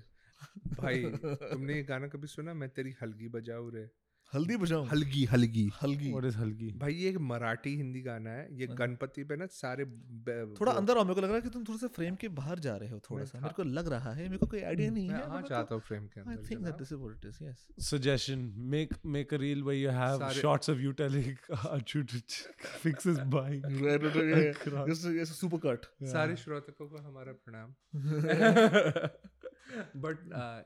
भाई तुमने ये गाना कभी सुना मैं तेरी हलगी बजाऊ रे
हल्दी बजाओ
हलगी हलगी
हल्दी
What is हल्की?
भाई ये एक मराठी हिंदी गाना है ये गणपति पे ना सारे ब-
हाँ। थोड़ा
वो-
अंदर आओ मेरे को लग रहा है कि तुम थोड़ा सा फ्रेम के बाहर जा रहे हो थोड़ा
मैं
सा
था-
मेरे को लग रहा है मेरे को कोई आइडिया नहीं
मैं
है तो?
हाँ चाहता हूँ फ्रेम के
आई
अंदर
थिंक दैट
जाना।
This is what it is yes
Suggestion: Make make a reel where you have
सारे-
shots of you telling (laughs) Arjun to ch- fix his bike.
(laughs)
(laughs)
just just a super cut
सारे श्रोतकों को हमारा
(laughs)
प्रणाम but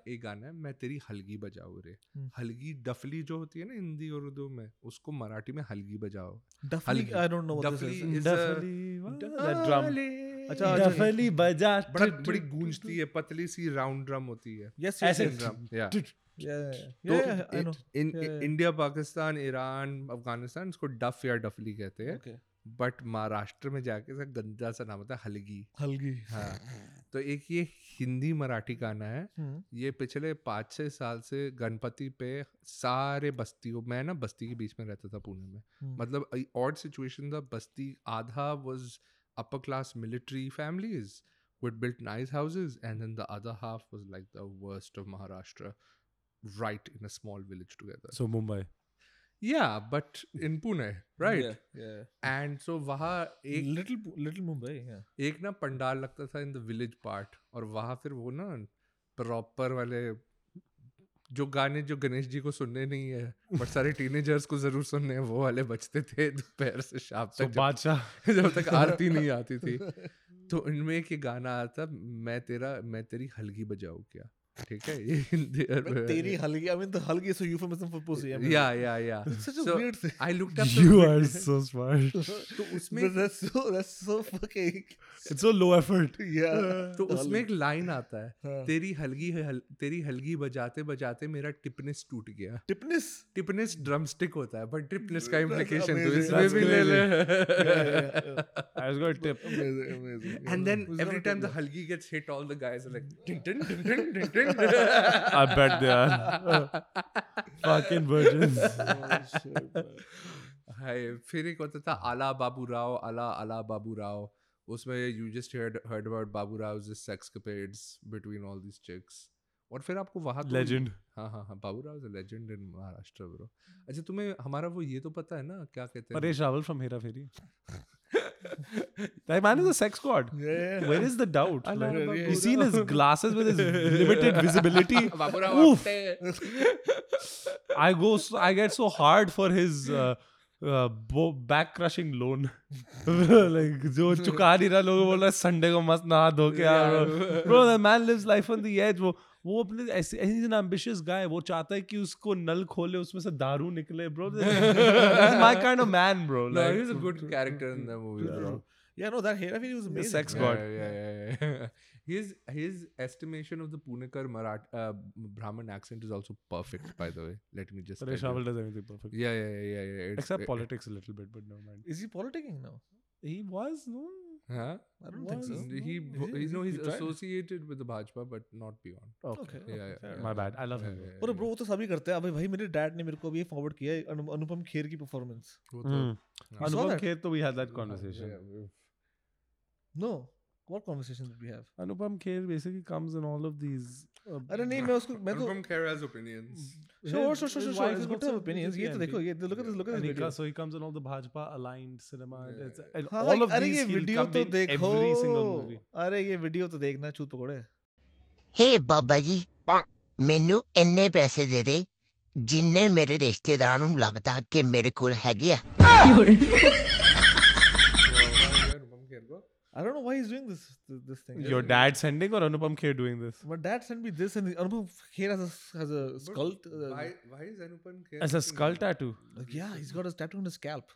एक गाना है मैं तेरी हलगी बजाऊ रे
हम्म।
हलगी डफली जो होती है ना हिंदी और उर्दू में उसको मराठी में हलगी बजाओ
हाँ, डफली
हल्दी।
I don't know what this
dafli is a-
is
Duffali, wa- that drum.
अच्छा, अच्छा।
Duffali baja.
बड़ा बड़ी गूंजती है पतली सी राउंड ड्रम होती
(laughs)
है
Yes, yes,
ऐसे
yes.
Yeah.
Yeah, yeah,
तो
yeah, yeah, I
इ-
know.
इन
Yeah, yeah.
India Pakistan Iran Afghanistan इसको डफ या डफली कहते हैं
Okay.
बट महाराष्ट्र में जाके इसका गंदा सा नाम होता है हलगी
हल्गी
हाँ
Hmm,
तो एक ये हिंदी मराठी गाना है
हम्म।
ये पिछले पाँच छः साल से गणपति पे सारे बस्तियों मैं ना बस्ती के बीच में रहता था पुणे में
हम्म।
मतलब ऑड सिचुएशन था बस्ती आधा was upper class military families would built nice houses and then the other half was like the worst of Maharashtra right in a small village together.
So Mumbai.
yeah, but in Pune, right?
Yeah, yeah.
And so वहाँ एक
Little Pu- Little Mumbai, yeah.
एक ना पंडाल लगता था in the village part और वहाँ फिर वो ना प्रॉपर वाले जो गाने जो गणेश जी को सुनने नहीं है बट सारे टीनेजर्स को जरूर सुनने हैं वो वाले बजते थे दोपहर से शाम
So
तक जब-
Badshah.
(laughs) जब तक आरती नहीं आती थी तो इनमें एक ये गाना आता मैं तेरा मैं तेरी हलगी बजाऊ क्या ठीक है ये (laughs) हिंदी और-
But तेरी हल्गी, I mean the हल्गी is a euphemism for pussy. I mean,
yeah yeah (laughs) yeah
It's such a
So,
weird thing.
I looked (laughs) up
You are so smart. (laughs)
तो उसमें
But that's so that's so fucking
It's so low effort.
yeah.
तो उसमें एक line आता है
हाँ।
तेरी हलगी हल, तेरी हलगी बजाते बजाते मेरा टिपनेस टूट गया
Tipness.
टिपनेस ड्रमस्टिक होता है बट टिपनेस का इम्प्लीकेशन तो
amazing.
इसमें
That's
भी ले ले
I just got a tip.
Amazing, amazing.
And then
Who's
every
gonna
time the
take
Halgi gets hit, all the guys are (laughs) like, dun, dun, dun, dun, dun, (laughs) dun.
I bet they are (laughs) fucking virgins.
हाय फिर एक होता था आला बाबू राव आला आला बाबू राव उसमें you just heard heard about Babu Rao sex कपेड्स between all these chicks और फिर आपको वहाँ तो-
Legend.
हाँ हाँ हाँ Babu Rao legend in Maharashtra bro अच्छा तुम्हें हमारा वो ये तो पता है ना क्या कहते हैं
Paresh Rawal from Hera Fairy. (laughs) that man is a sex god. Where is the doubt? Like,
love
he's seen his glasses with his limited visibility.
Babu Rao
Oof.
Apte.
I go, so, I get so hard for his uh, uh, bo- back crushing loan. (laughs) like जो चुका नहीं रहा लोग बोल रहा Sunday को मस्त नहा धो के आ
Yeah.
bro the man lives life on the edge वो वो अपने ऐसे he's an ambitious guy वो चाहता है कि उसको नल खोले उसमें से दारू निकले
(laughs)
bro he's my kind of man bro
No,
like
he was a good character in
(laughs)
the movie, bro.
Yeah, no, that Hera Fairy was amazing.
sex
Yeah,
god.
yeah, yeah, yeah. his his estimation of the Punekar Marat uh, Brahmin accent is also perfect. By the way, let me just.
Paresh
tell you.
Rawal does everything perfect
Yeah, yeah, yeah, yeah. yeah. It's,
except
it-
politics a little bit but never mind
Is he politicking now?
he was no
Huh?
I don't think so.
Was-
He, he,
Is he-
you know,
he
he's
tried?
associated with the Bhajpa, but not beyond.
okay,
Yeah, yeah, yeah.
my bad I love
Yeah,
him
yeah,
और
yeah.
Bro वो तो सभी करते हैं अबे भाई मेरे dad ने मेरे को अभी फॉरवर्ड किया है अनु- अनुपम खेर की परफॉर्मेंस
वो तो-
mm.
You
saw
Anupam
that?
Kher तो we had that conversation
Yeah, yeah.
No what conversation did we have
Anupam Kher basically comes in all of these. Uh,
अरे नहीं मैं उसको मैं तो
Anupam Kher has opinions.
Hmm.
Sure, sure, sure, sure, sure. It's good to have opinions. ये तो देखो, ये look at this, look at this video.
So he comes in all the Bhajpa aligned cinema.
Yeah,
It's, uh, and
हाँ,
all
like,
of
अरे
these
ये
he'll
video
come
तो
in
देखो
every single movie.
अरे ये video तो देखना चूत पकड़े
ਹੇ ਬਾਬਾ ਜੀ ਮੈਨੂੰ ਇੰਨੇ ਪੈਸੇ ਦੇ ਦੇ ਜਿੰਨੇ ਮੇਰੇ ਰਿਸ਼ਤੇਦਾਰ ਨੂੰ ਲੱਗਦਾ ਕਿ ਮੇਰੇ ਕੋਲ ਹੈਗੇ ਆ
I don't know why is doing this this thing
Your dad sending or Anupam Kher doing this?
my dad sent me this and Anupam Kher has a, has a
But
skull uh,
Why, why is Anupam Kher?
As a
such
skull
nerd?
tattoo.
like, yeah he's got a tattoo on his scalp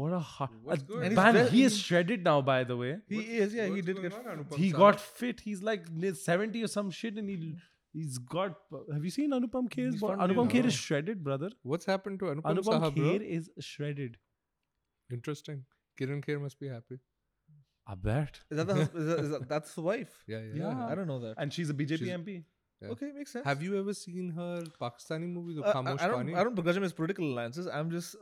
What a hard.
What's good?
And he's
man,
dressed-
he is shredded now, by the way.
he
What-
is yeah he
what's
did
going
get
on, Anupam
He
Sir?
got fit. He's like near 70 or some shit and he. He's got. Have you seen Anupam Kher's
He's
bo-
not new
Anupam Kher
now.
is shredded, brother.
What's happened to Anupam,
Anupam
Saha, bro?
Kher is shredded.
Interesting. Kiran Kher must be happy.
I bet. (laughs)
is that, the, hus- is that, is that that's the wife
Yeah, yeah.
Yeah.
I don't know that
And she's a BJP
She's-
MP.
Yeah.
okay makes sense
Have you ever seen her Pakistani movie, The
Uh, I,
Khamosh
I don't
Pani?
I don't begrudge him his political alliances I'm just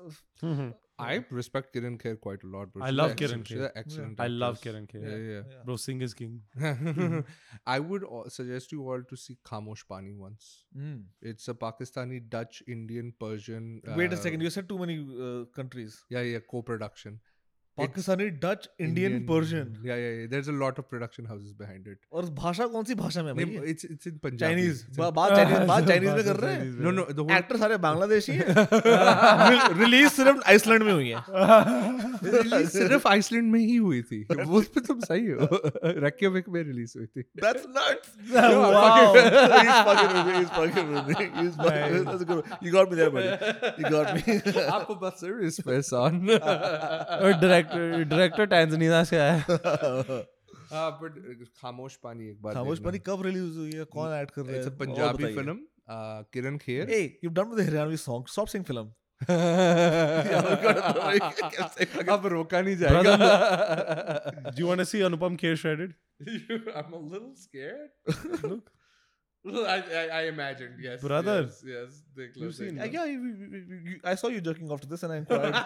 uh,
I respect Kiran Kher quite a lot. Bro.
I
She's
love
an
Kiran
excellent- She's
Kher.
an excellent.
I love
actress.
Kiran Kher.
Yeah,
yeah. Ah,
Bro, sing is king.
Hmm.
yeah. (laughs) I would al- suggest you all to see Khamosh Pani once.
mm.
It's a Pakistani, Dutch, Indian, Persian.
wait a
uh,
second you said too many uh, countries
Yeah, yeah, co-production. It's
Pakistani Dutch Indian Persian
Yeah, yeah, yeah. There's a lot of production houses behind it.
और भाषा कौन सी भाषा में है
Name-
भाई
It's it's in Punjabi.
Chinese
It's in-
(laughs)
बात Chinese (laughs) बात Chinese ah, में कर रहे हैं
no,
(laughs)
no. The whole
actor सारे बांग्लादेशी
(laughs)
हैं रिलीज सिर्फ आइसलैंड में हुई है
रिलीज
(laughs)
सिर्फ आइसलैंड में ही हुई थी वो उस पे तुम सही (laughs) हो रेक्यूविक में रिलीज हुई थी
that's nuts (laughs)
Wow.
he's fucking with me he's fucking with me he's fucking with me that's a good one. you got me there buddy you got me
(laughs)
(laughs)
आपको बस सर्विस (laughs) पहचान
और डायरेक्टर डायरेक्टर टैंजानिया से आया है
(laughs)
हां but uh, खामोश पानी एक बार
खामोश पानी कब रिलीज हुई है कौन ऐड कर रहा है
इट्स अ
और
पंजाबी
बताइए।
Film Kiran Kher
Hey, (laughs) you've done with the Haryanvi song. Stop singing film.
(laughs)
(laughs)
(laughs)
अब रोका नहीं
Brother,
जाएगा
do you want to see Anupam Kher shredded?
(laughs) I'm a little scared. (laughs) Look. I, I I imagined yes.
Brother.
yes, yes. They
You've seen
Uh,
that.
yeah, you, you, you, you, I saw you jerking off to this, and I
(laughs)
inquired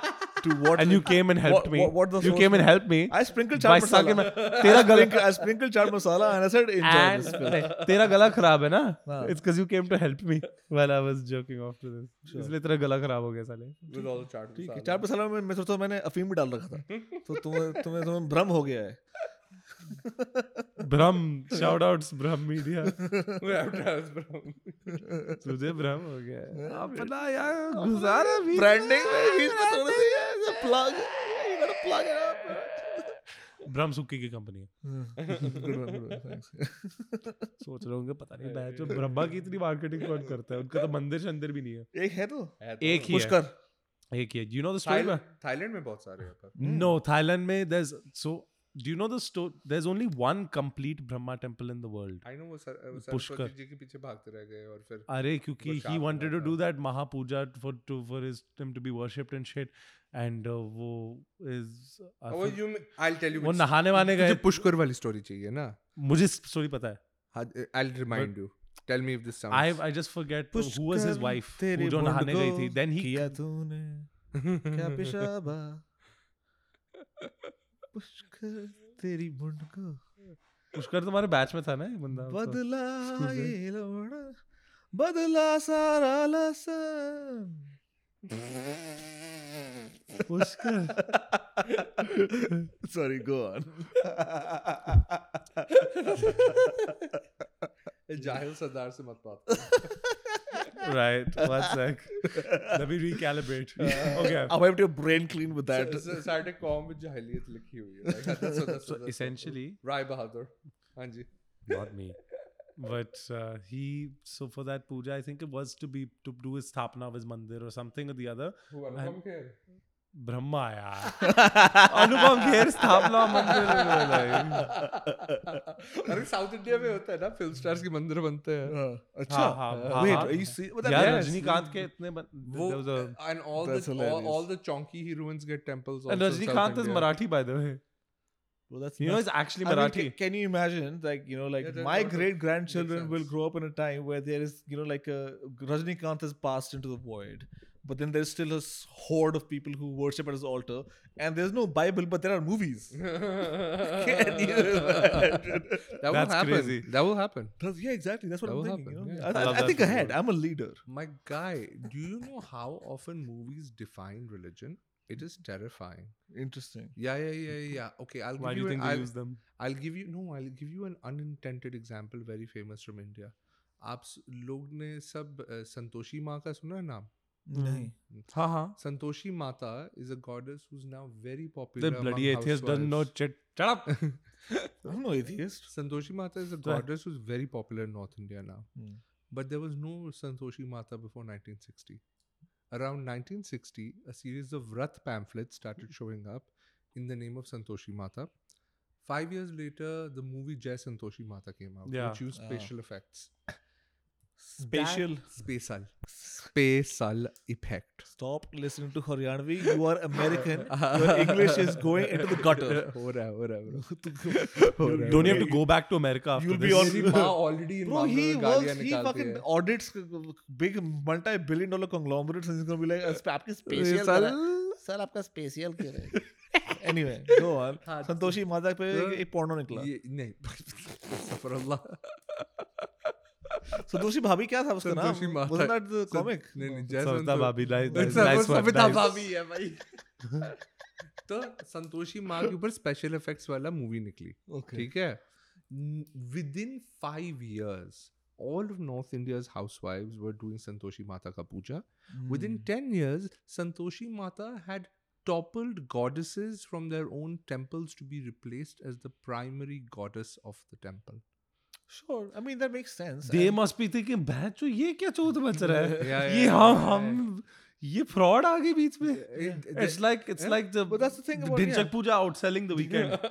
to what.
And you came and helped
What-
me.
what- what the
you
source
came and
was?
helped me. (laughs)
I sprinkled
by
chaat masala.
sucking my-
I
तेरा गला
sprinkled, I sprinkled chaat masala, and I said, enjoy this film.
and तेरा गला खराब है ना
हाँ।
It's cuz you came to help me while i was joking off to this इसलिए तेरा गला खराब हो गया साले
with all the chart.
ठीक है चार मसाला में मैं सोचता हूँ मैंने अफीम भी डाल रखा था तो तुम्हें तुम्हें तुम्हें भ्रम हो गया है
भ्रम शाउट आउट्स भ्रम
(laughs)
मीडिया
Masala.
तुझे भ्रम हो गया है।
हाँ।
अपना यार गुजारा भी
ब्रांडिंग में बीच में थोड़ा सा ये ये plug, you gotta plug it up.
भ्रम सुक्की की कंपनी है
Good one, good one, thanks.
सोच रहे होंगे पता नहीं बैच में ब्रह्मा की इतनी मार्केटिंग कौन करता है उनका तो मंदिर शंदिर भी नहीं है
एक है तो
एक ही
पुश
है
कर
एक ही है you know the story
hmm.
Thailand Thailand में बहुत सारे हैं पर
नो थाईलैंड में there so do you know the story? There's only one complete Brahma temple in the world.
I know वो सर वो
पुष्कर।
सरस्वती जी के पीछे भागते रह गए और फिर
अरे क्योंकि
शाप
ही
हुआ
वांटेड टू
था।
Do that mahapuja for to for his him to be worshipped and shit and uh, वो is I
वो
think-
you I tell you
वो नहाने वहाने गए
तुझे पुष्कर वाली स्टोरी चाहिए ना
मुझे स्टोरी पता है
I remind you tell me if this
I
(laughs) sounds
I just forget who was his
हाँ। पुष्कर
wife
तेरे
who जो नहाने
मुंड
गई
को
थी then he
किया तूने क्या पेशाबा पुष्कर तेरी मुंड को
पुष्कर तुम्हारे बैच में था ना ये बंदा तो-
बदला
Excuse me.
ये लोड़ा बदला सारा लसन
तो- पुष्कर
सॉरी गो ऑन
जाहिल सरदार से मत बात करो।
right one
(laughs)
sec let me recalibrate
Uh,
okay
I have to brain clean with that
स- साढ़े कॉम में जाहिलियत लिखी हुई है like, that's what- that's
so
what- that's what-
essentially
Rai Bahadur हाँ जी
not me but uh, he so for that puja i think it was to be to do his sthapana of his mandir or something or the other
Who
हाँ।
Anupam Kher?
(laughs) brahma
(laughs)
yaar anupam kher sthapana of mandir like,
(laughs) अरे South India में होता है ना film stars के मंदिर बनते हैं
अच्छा
हाँ, हाँ, हाँ,
वेट
हाँ।
आर यू सी
मतलब
यार रजनीकांत के इतने बन-
वो
there was a-
and all
That's
the all,
hilarious.
all the chonky heroines get temples uh, also in
and rajnikant
South
is
India. (laughs)
marathi by the way you know he's actually marathi
ca- can you imagine, like you know, like
Yeah, that
my
also
great grandchildren
makes
will
sense.
grow up in a time where there is, you know, like a Rajnikanth has passed into the void, but then there's still a s- horde of people who worship at his altar, and there's no Bible, but there are
(laughs)
movies. Can you
(laughs)
imagine?
that will
That's
happen
crazy.
that will happen
That's- yeah, exactly. That's what
That
I'm
will
thinking.
happen,
you know?
yeah.
I,
I
I,
love
I
that
think
for
ahead.
sure.
I'm a leader.
my guy do you know how often movies define religion it is terrifying
Interesting.
yeah yeah yeah yeah, yeah okay i'll give
why
you,
do you
an,
think they
I'll-
use them
I'll give you no, I'll give you an unintended example very famous from India. आप स- लोग ने सब अ, संतोषी माँ का सुना है नाम
Mm-hmm.
नहीं.
ha ha
Santoshi Mata is a goddess who's now very popular.
the bloody
among
atheist doesn't know
housewives.
shit shut up
(laughs)
I'm no atheist.
Santoshi Mata is a
Right.
goddess who's very popular in North India now.
Hmm.
But there was no Santoshi Mata before 1960. Around 1960, a series of Vrath pamphlets started showing up in the name of Santoshi Mata. Five years later, the movie Jai Santoshi Mata came out,
Yeah.
which used
Ah.
spatial effects.
Spatial.
Spatial. Spatial effect.
Stop listening to Haryanvi. You are American.
(laughs)
Your English is going into the gutter.
हो रहा है, हो रहा है, bro.
don't you have to go back to america after
You'll be
this?
on-
मेरी माँ already इन
Bro,
मामलों
he
में
works.
गालियाँ
He
निकालती
fucking
है.
audits c- c- big multi-billion dollar conglomerates, and he's gonna be like, "Is पे आपकी special
साल-
करा है? सर आपका special क्यों है?"
(laughs)
Anyway, go on. Santoshi Mata पे
तो-
एक porno निकला.
हाँ, ये (laughs) नहीं सफरल्ला
संतोषी भाभी क्या था उसका नाम?
Santoshi Mata-
Wasn't that the
सं-
comic?
नहीं नहीं जय
Savita
संतो-
Bhabhi,
(laughs)
nice- nice-
सब-
nice one,
सविता
nice.
भाभी है भाई (laughs) तो संतोषी माँ के ऊपर स्पेशल इफेक्ट्स वाला मूवी निकली
Okay.
ठीक है within five years all of north India's housewives were doing Santoshi Mata का पूजा
Hmm.
Within ten years Santoshi Mata had toppled goddesses from their own temples to be replaced as the primary goddess of the temple
Sure. I mean that makes sense.
they
And-
must be thinking "भैंचो, ये क्या चौथ much रहा
(laughs)
है
Yeah,
ये
yeah,
हम
yeah,
हम ये fraud आ गए बीच में
It- it-
it's like it's like the
But that's the thing about-
Dinchak
yeah.
Puja outselling the weekend (laughs)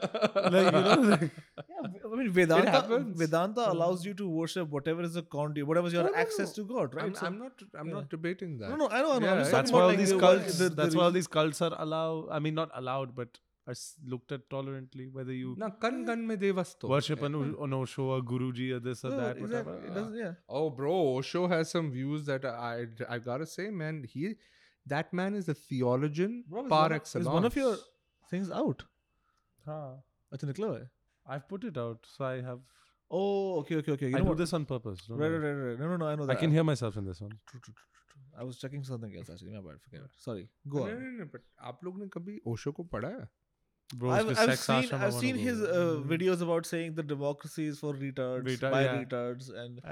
like you know like,
(laughs) Yeah, I mean Vedanta.
happens. Hmm.
Vedanta allows you to worship whatever is the county, whatever is your
No, no,
access
no.
to God, right?
I'm,
So-
I'm not I'm not debating that
no, no, I know, I know. I'm
Yeah,
just
yeah.
that's
talking
why
about
all
like
these
the-
cults
the- the
that's why all
religion.
these cults are allowed I mean not allowed but are s- looked at tolerantly whether you
ना कन कन में देवस्तो
worship an, an Osho or Guruji or this or
No,
that
exactly.
whatever
It doesn't- yeah.
oh bro osho has some views that i i gotta say man he that man is a theologian
Bro, is
par
one of- is
excellence
one of your things out
Huh.
अच्छा निकला हुआ है
I've put it out so I have
oh okay okay okay you
I
know
do
what?
this on purpose don't
right
worry.
right right right no no no I know
I
that
can hear myself in this one
True, true, true, true, true. I was checking something else actually my bad forget it sorry go
नहीं,
on
नहीं, नहीं, but आप लोग ने कभी ओशो को पढ़ा है
Oh,
Bro,
I've,
उसके
I've
sex
seen
ashram I
I've
wanna
seen
go
his
to.
uh, videos about saying the democracy is for retards
Retard-
by
Mm-hmm. yeah.
retards and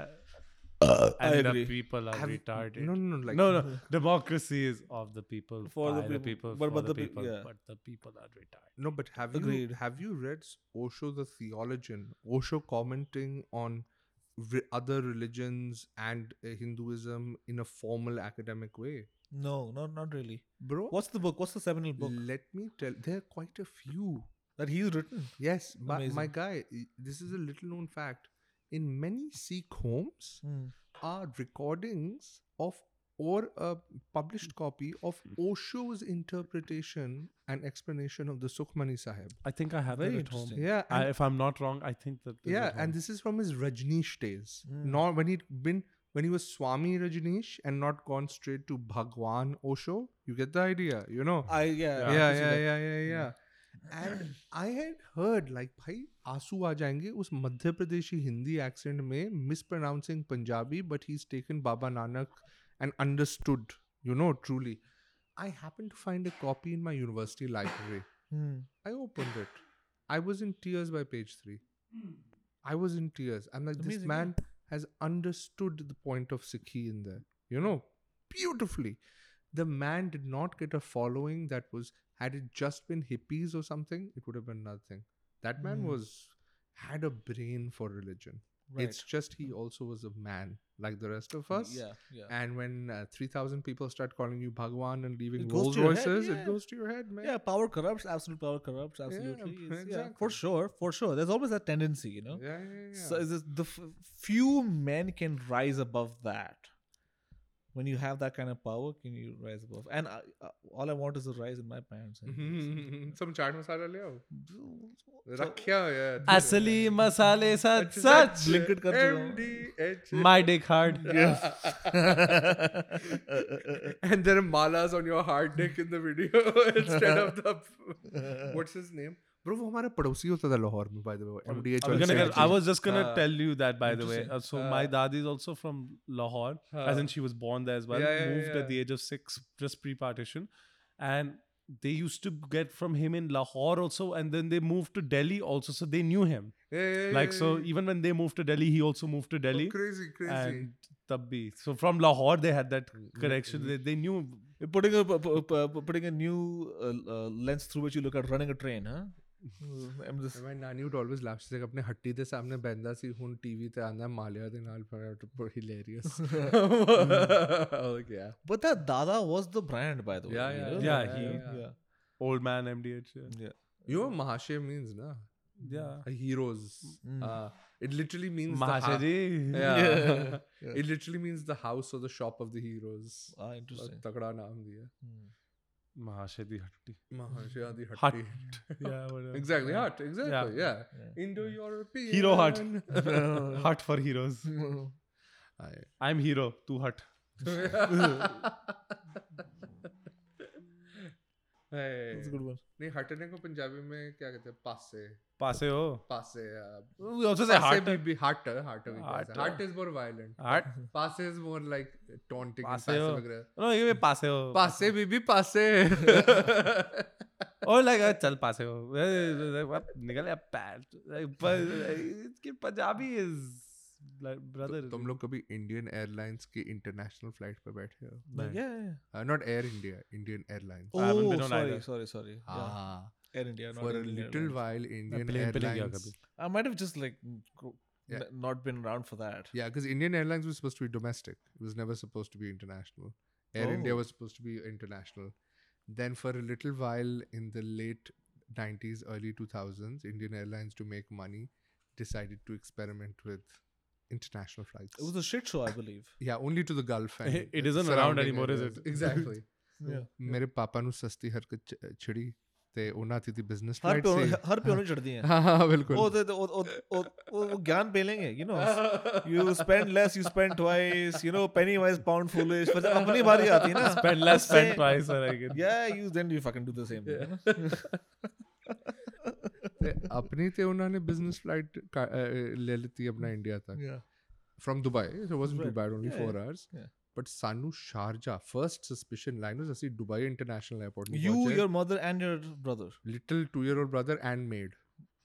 Uh, I
and
agree.
the people are
Have-
retarded.
no no no like
no, no. (laughs) Democracy is of the people,
For the
by the
people,
people,
but-
for
but
the
the pe-
people,
yeah.
but the people are retarded.
no but have
Agreed.
you have you read osho the theologian osho commenting on re- other religions and uh, hinduism in a formal academic way
no not not really
bro Mm.
what's the book what's the seminal book
let me tell there are quite a few
that he's written.
Yes, my, my
Amazing.
guy, i- this is a little known fact. In many Sikh homes
Hmm.
are recordings of or a published copy of Osho's interpretation and explanation of the Sukhmani Sahib.
I think I have that
Very
at home.
interesting.
Yeah,
I,
and-
if I'm not wrong, I think that. is
yeah,
at home. Hmm.
and this is from his Rajneesh days. Not when he'd been when he was Swami Rajneesh and not gone straight to Bhagwan Osho. You get the idea, you know?
I yeah
yeah, yeah, yeah, yeah, yeah, And I had heard like भाई आंसू आ जाएंगे उस मध्य प्रदेशी Hindi accent में mispronouncing Punjabi but he is taken Baba Nanak and understood you know truly I happen to find a copy in my university library
Hmm.
I open it I was in tears by page three I was in tears I like this
Amazing, yeah.
Man has understood the point of Sikhi in the you know beautifully the man did not get a following that was had it just been hippies or something it would have been another thing that man was had a brain for religion
Hmm. Right.
it's just he also was a man like the rest of us
Yeah, yeah.
and when uh, 3000 people start calling you bhagwan and leaving
It goes
rolls
to your head,
royces
yeah.
it goes to your head man
yeah, power corrupts. Absolute power corrupts. Absolutely, It's- yeah,
exactly.
for sure, for sure. There's always that tendency, you know.
yeah, yeah, yeah, yeah.
So is this, the f- few men can rise above that. When you have that kind of power, can you rise above? And I, uh, all I want is a rise in my pants.
(laughs)
Mm-hmm.
some chaat masala le aao
तो
rakhya yeah
असली मसाले सच सच
Blink it, kar chuka hoon.
MDH.
My dick hard
and there are malas on your hard dick in the video (laughs) instead of the what's his name bro वो हमारा पड़ोसी होता था लाहौर में by the way MDH
I was,
वाले
gonna,
से।
I was just gonna
Uh,
tell you that by the way.
interesting.
Uh, so
Uh,
my dad is also from Lahore, as in she was born there as well.
Yeah, yeah,
moved
yeah.
at the age of six, just pre-partition, and they used to get from him in Lahore also, and then they moved to Delhi also. So they knew him.
Yeah, yeah,
Like
yeah,
so,
yeah. Oh,
even when they moved to Delhi, he also moved to Delhi.
crazy crazy Mm-hmm.
and Tabbi. So from Lahore, they had that connection. They, they knew.
You're putting a pu- pu- pu- pu- putting a new uh, uh, lens through which you look at running a train,
(laughs)
huh? I'm just
My nanny would always laugh. She's like, अपने हट्टी दे सामने बहंदा सी हुन TV ते आंदा मालिया दे नाल पर तो (laughs) hilarious like yeah
But that Dada was the brand, by the way.
Yeah,
you
yeah,
know?
yeah,
Like,
he-
you know,
Old man MDH. Yeah.
yeah.
you know what Mahashe means na
yeah.
A heroes uh, it literally Mm-hmm. means the ha-
Mahashari.
(laughs)
(laughs)
yeah. It literally means the house or the shop of the heroes.
Ah,
बहुत
interesting.
तगड़ा नाम दिया
Mahashadi Hatti.
महाशया दी
Hut.
हट्टी
(laughs) Yeah, whatever.
exactly hut exactly
Yeah.
yeah, Indo-European
Hero Hut. (laughs) hut for
(laughs)
heroes.
I-
I'm hero. Tu hut.
(laughs) Hey.
That's a good one.
नहीं हटने को पंजाबी में क्या कहते हैं पासे
Passe ho.
पासे uh,
We also say
पासे
hut.
भी भी हट हट भी
Hut.
हट इज मोर वायलेंट
Hut.
पासे is more like taunting
Passe
पासे
ho.
वगैरह
No, you mean passe ho.
पासे बीबी पासे (laughs)
Or like, uh, chal passe ho. Like, what? Nikal ya pad. Like, but, like, Punjabi is like, brother.
तुम लोग कभी Indian Airlines की international flight पर बैठे हो Uh,
Yeah, yeah. yeah.
Not Air India Indian Airlines
Oh,
I haven't been on
sorry,
either.
sorry, sorry. Yeah.
ah
Air India. Not
for a
Indian
little
Airlines.
while indian
plane पे नहीं गया
airlines
कभी।
I might have just like go-
Yeah.
n- not been around for that.
yeah because indian airlines was supposed to be domestic it was never supposed to be international air india
Oh.
was supposed to be international then for a little while in the late 90s early 2000s indian airlines to make money decided to experiment with international flights
It was a shit show, I believe.
yeah only to the gulf and
(laughs) It
the
isn't around
surrounding
anymore, is
areas.
it?
(laughs) exactly
(laughs) Yeah.
ਮੇਰੇ ਪਾਪਾ ਨੂੰ ਸਸਤੀ ਹਰਕਤ ਚ- ਛਿੜੀ ਤੇ ਉਹਨਾਂ ਦੀ business
हर
flight ਸੀ
पे (laughs)
(laughs)
हर पे उन्हें चढ़ दी हैं
ਹਾਂ ਹਾਂ ਬਿਲकुल
वो तो वो वो- वो वो- वो ज्ञान पे लेंगे oh, you know you spend less you spend twice you know penny wise pound foolish पर जब अपनी बारी आती है ना
Spend
(laughs)
less,
उससे-
spend twice. or I guess.
yeah you then you fucking do the same thing, you know?
ਤੇ ਆਪਣੀ ਤੇ ਉਹਨਾਂ ਨੇ ਬਿਜ਼ਨਸ ਫਲਾਈਟ ਲੈ ਲਈ ਆਪਣਾ ਇੰਡੀਆ ਤੱਕ
yeah
from Dubai. So it wasn't too
Right.
bad, only
Yeah,
four
yeah.
hours.
Yeah.
But Sanu Sharjah, first suspicion line was see Dubai International Airport. mein
you
पहुंचे.
your mother and your brother
little two year old brother and maid.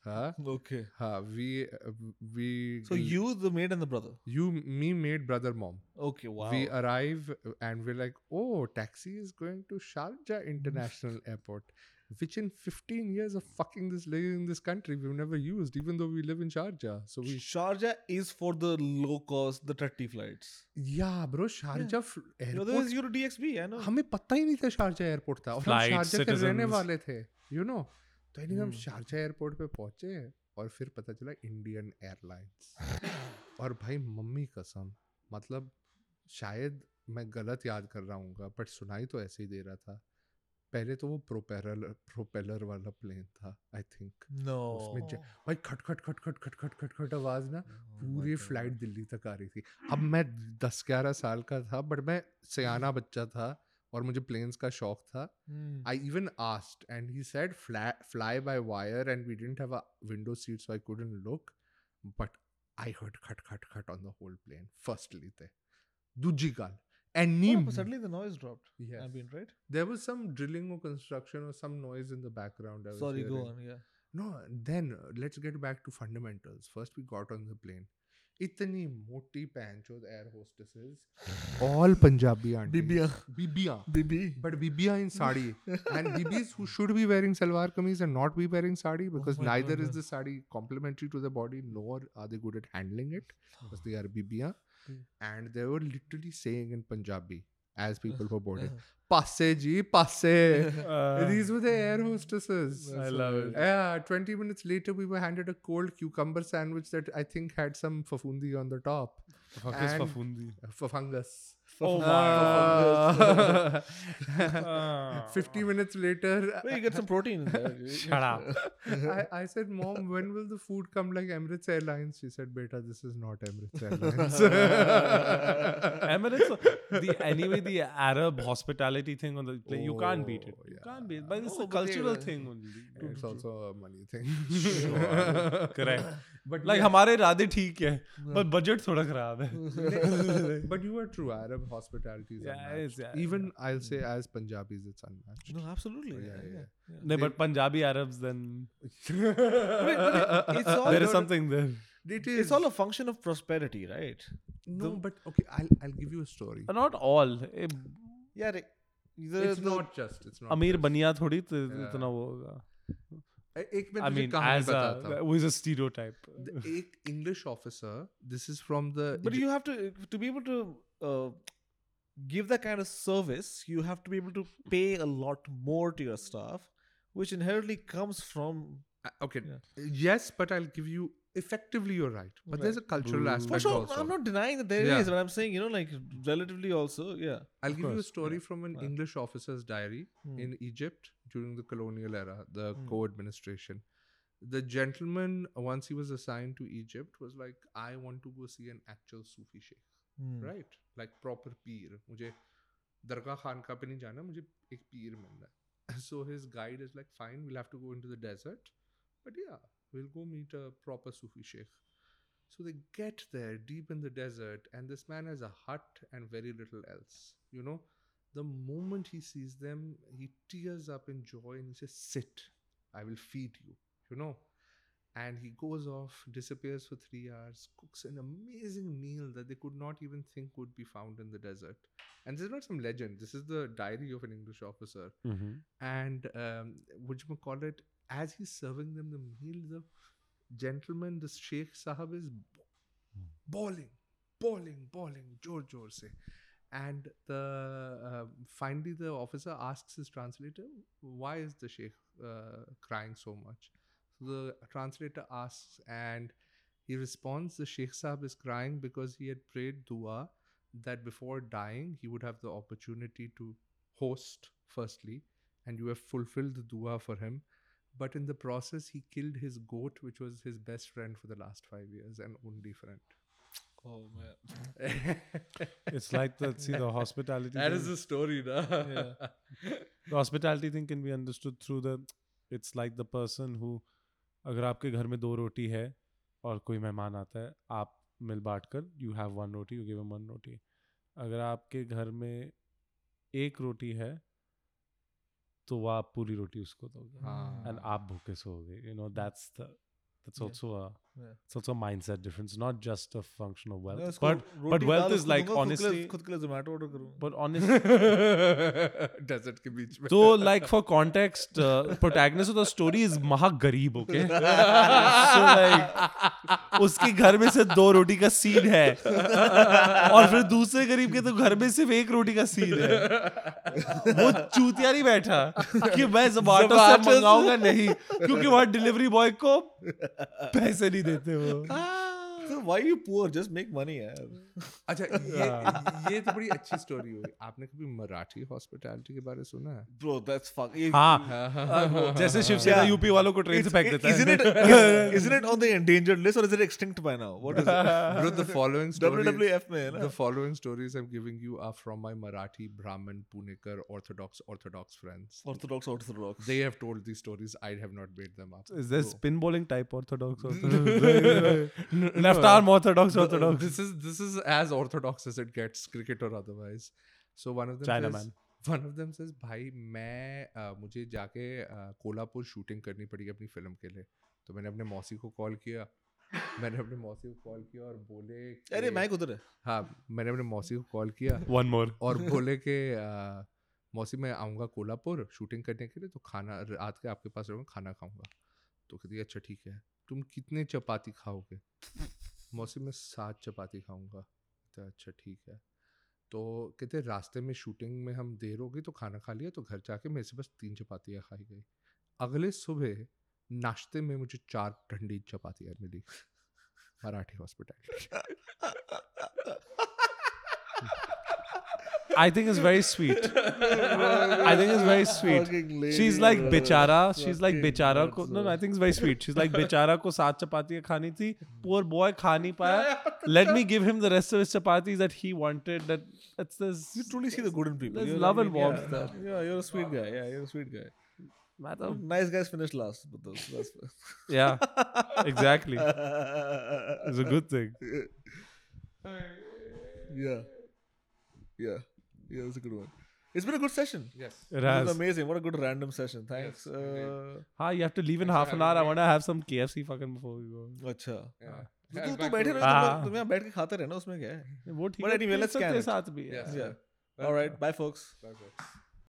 Huh?
okay
Huh. We uh, we
so you the maid and the brother
you me maid brother mom.
okay wow
We arrive uh, and we're like, oh, taxi is going to Sharjah
(laughs)
International Airport, which in 15 years of fucking this living in this country we've never used, even though we live in Sharjah. So we
Sharjah is for the low cost the 30 flights
yeah, bro, Sharjah fl- airport.
otherwise you're a DXB I know
हमें पता ही नहीं था Sharjah airport था और हम
Flight,
Sharjah के रहने
citizens.
वाले थे यू नो तो यानी हम शारजा एयरपोर्ट पे पहुंचे और फिर पता चला इंडियन एयरलाइंस और भाई मम्मी कसम मतलब शायद मैं गलत याद कर रहा हूँ बट सुनाई तो ऐसे ही दे रहा था पहले तो वो प्रोपेलर प्रोपेलर वाला प्लेन था आई थिंक
no
उसमें ज- भाई खट खट खट खट खट खट खट खट आवाज ना पूरी फ्लाइट दिल्ली तक आ रही थी अब मैं दस ग्यारह साल का था बट मैं
हम्म।
सयाना बच्चा था और मुझे प्लेन्स का शौक था I even asked, and he said fly, fly by wire, and we didn't have a window seat, so I couldn't look. But I heard cut, cut, cut on the whole plane. Firstly, there. Duji gal. And
Oh,
neem.
but suddenly the noise dropped
Yes.
ambient right
there was some drilling or construction or some noise in the background. I was
sorry go
hearing.
on yeah
(laughs) No, then uh, let's get back to fundamentals. First, we got on the plane. इतनी मोटी पैंचोद air hostesses all Punjabi aunty बीबियां
uh, bibi
But Bibia in sari and
(laughs)
Bibis who should be wearing salwar kameez and not be wearing sari because
Oh my
neither is
goodness.
the sari complimentary to the body nor are they good at handling it because they are Bibia.
Hmm.
And they were literally saying in Punjabi as people were
(laughs)
boarding,
Uh-huh.
Passe ji, passe. (laughs) These
Uh,
were the air hostesses.
I love it.
Yeah, 20 minutes later, we were handed a cold cucumber sandwich that I think had some fafundi on the top.
Fuckers
And-
Fafundi.
Fungus.
Oh
Uh,
my. (laughs)
(laughs) 50 minutes later,
well, you get some protein
(laughs)
in there
Shut up.
I, I said, Mom, when will the food come like Emirates Airlines? She said, Beta, this is not Emirates
(laughs)
Airlines.
Emirates, the anyway the Arab hospitality thing on the plane, you can't beat it. You
Oh,
can't beat. But it's a
Oh, but they-
cultural thing only.
(laughs) it's also a money thing. (laughs)
Correct.
but
Like
yeah, हाँ।
हमारे इरादे ठीक है, but budget थोड़ा
(laughs)
खराब है.
but you are true. Arab hospitality is
Yeah,
unmatched.
it's- yeah,
Even I'll say, as Punjabis, it's unmatched. (laughs)
no absolutely
Yeah, yeah, yeah.
No, but Punjabi Arabs then (laughs)
it's all
uh, there is something there.
It is.
it's all a function of prosperity right
no, Uh, but okay, I'll, I'll give you a story.
But not all. Eh,
yeah re- the,
It's
the-
not just. It's not.
अमीर
just.
बनिया थोड़ी तो इतना वो होगा.
एक मैं
I
तुझे
mean,
कहानी
as a (laughs)
बताता हूँ।
who is a stereotype.
The- एक English officer. This is from the.
but you have to to be able to uh, give that kind of service you have to be able to pay a lot more to your staff which inherently comes from
Uh, okay. Yes, but I'll give you. Effectively, you're right. But there's a cultural aspect
for sure
also.
i'm not denying that there is,
Yeah.
but i'm saying you know like relatively also yeah Hmm.
I'll give you a
course,
story from an English officer's diary in Egypt during the colonial era, the co-administration. The gentleman, once he was assigned to Egypt, was like, "I want to go see an actual Sufi sheikh,
Hmm.
right? Like proper peer. मुझे दरगाह खानका पे नहीं जाना, मुझे एक पीर मिलना है." (laughs) So his guide is like, "Fine, we'll have to go into the desert, but yeah, we'll go meet a proper Sufi sheikh." So they get there deep in the desert, and this man has a hut and very little else. You know, the moment he sees them, he tears up in joy and he says, Sit, I will feed you, you know. And he goes off, disappears for three hours, cooks an amazing meal that they could not even think would be found in the desert. And this is not some legend, this is the diary of an English officer
Mm-hmm.
and um, which you call it as he's serving them the meal the gentleman the sheikh sahab is b- bawling bawling bawling jor jor se and the uh, finally the officer asks his translator why is the sheikh uh, crying so much so the translator asks and he responds the sheikh sahab is crying because he had prayed dua that before dying he would have the opportunity to host firstly and you have fulfilled the dua for him. But in the process, he killed his goat, which was his best friend for the last five years and only friend.
oh man
It's like the see the hospitality. thing.
story, da.
The hospitality thing can be understood through the it's like the person who अगर आपके घर में दो रोटी है और कोई मेहमान आता है आप मिल बांट कर you have one roti you give one roti अगर आपके घर में एक रोटी है तो वह
हाँ। Ah.
आप पूरी रोटी उसको दोगे एंड आप भूखे सोओगे you know that's the that's
Yeah.
Also a It's also a mindset difference, not just a function of wealth.
मैं उसको
but but
roti
wealth
dal
is
उसको
like
दूंगा, खुद के लिए-
honestly,
खुद के लिए जोमेटो ऑर्डर करूंगा
but honestly,
(laughs) डेजर्ट के बीच में
so like for context, uh, protagonist of the story is Maha Garib, okay? so like, उसके घर में से दो रोटी का सीन है, और फिर दूसरे गरीब के तो घर में सिर्फ एक रोटी का सीन है. वो चूतिया नहीं बैठा कि मैं जबाटो से
Zomato से-
मंगाऊंगा नहीं, क्योंकि वहाँ डिलीवरी बॉय को पैसे नहीं देते वो.
So why you poor? Just make money, यार.
(laughs) अच्छा ये ये तो बड़ी अच्छी स्टोरी हुई आपने कभी मराठी हॉस्पिटैलिटी के बारे में सुना है
Bro, that's fuck. ये-
(laughs)
हाँ जैसे शिवसेना
Yeah.
यूपी वालों को ट्रेन से फेंक
It-
देता
Isn't
है
(laughs) it? Isn't it on the endangered list or is it extinct by now? What is (laughs) it?
Bro, the following stories,
WWF में है ना?
the following stories I'm giving you are from my Marathi Brahmin Punekar Orthodox Orthodox friends.
Orthodox, Orthodox.
They have told these stories. I have not made them up.
Is there
Bro.
spin bowling type
(laughs)
orthodox? orthodox? Left arm orthodox, orthodox.
uh, This is this is as orthodox as it gets, cricket or otherwise. So one of them
China
says,
man.
One of them says भाई मैं अ, मुझे जाके अ, Kolhapur shooting करनी पड़ेगी अपनी film के लिए तो मैंने अपने मौसी को कॉल किया मैंने अपने मौसी को कॉल किया और बोले कि-
अरे माइक उधर है.
हाँ मैंने अपने मौसी को कॉल किया
One more.
और बोले कि अ, मौसी मैं आऊँगा कोल्हापुर शूटिंग करने के लिए तो खाना रात के आपके पास रहूँगा खाना खाऊंगा तो कहती अच्छा ठीक है तुम कितने चपाती खाओगे मौसी मैं सात चपाती खाऊंगा कहता अच्छा ठीक है तो कहते रास्ते में शूटिंग में हम देर हो गई तो खाना खा लिया तो घर जाके मेरे से बस तीन चपातियाँ खाई गई अगले सुबह नाश्ते में मुझे चार ठंडी चपातियाँ मिली (laughs) Marathi hospital
I think it's very sweet. I think it's very sweet.
Fucking lady,
She's like
brother.
बेचारा. She's like
Fucking
बेचारा को.
nuts,
No, no,
bro.
I think it's very sweet. She's like बेचारा को सात चपातियाँ खानी थी. Poor boy खा नहीं पाया. Let me give him the rest of his chapatis that he wanted. That that's
You
this.
truly see the good in people.
There's
You're
love
like,
and warmth
yeah,
there.
Yeah, you're a sweet guy. Yeah, you're a sweet guy.
मतलब-
Nice guys finish last, but that's, that's
(laughs) Yeah, exactly. It's a good thing.
yeah, yeah, yeah. That's a good one. It's been a good session.
It
This is
has.
amazing. What a good random session. Thanks. uh,
हाँ, you have to leave in half an hour. I want to have some KFC fucking before we go.
अच्छा तो तू- तू बैठे रहो
हाँ।
तुम- तुम यहाँ बैठ के खाते रहना उसमें क्या है
वो ठीक
But
है
anyway,
खेल
let's
सकते
scan
हैं
it.
साथ भी
Yeah. All right. Bye, folks.
Yeah.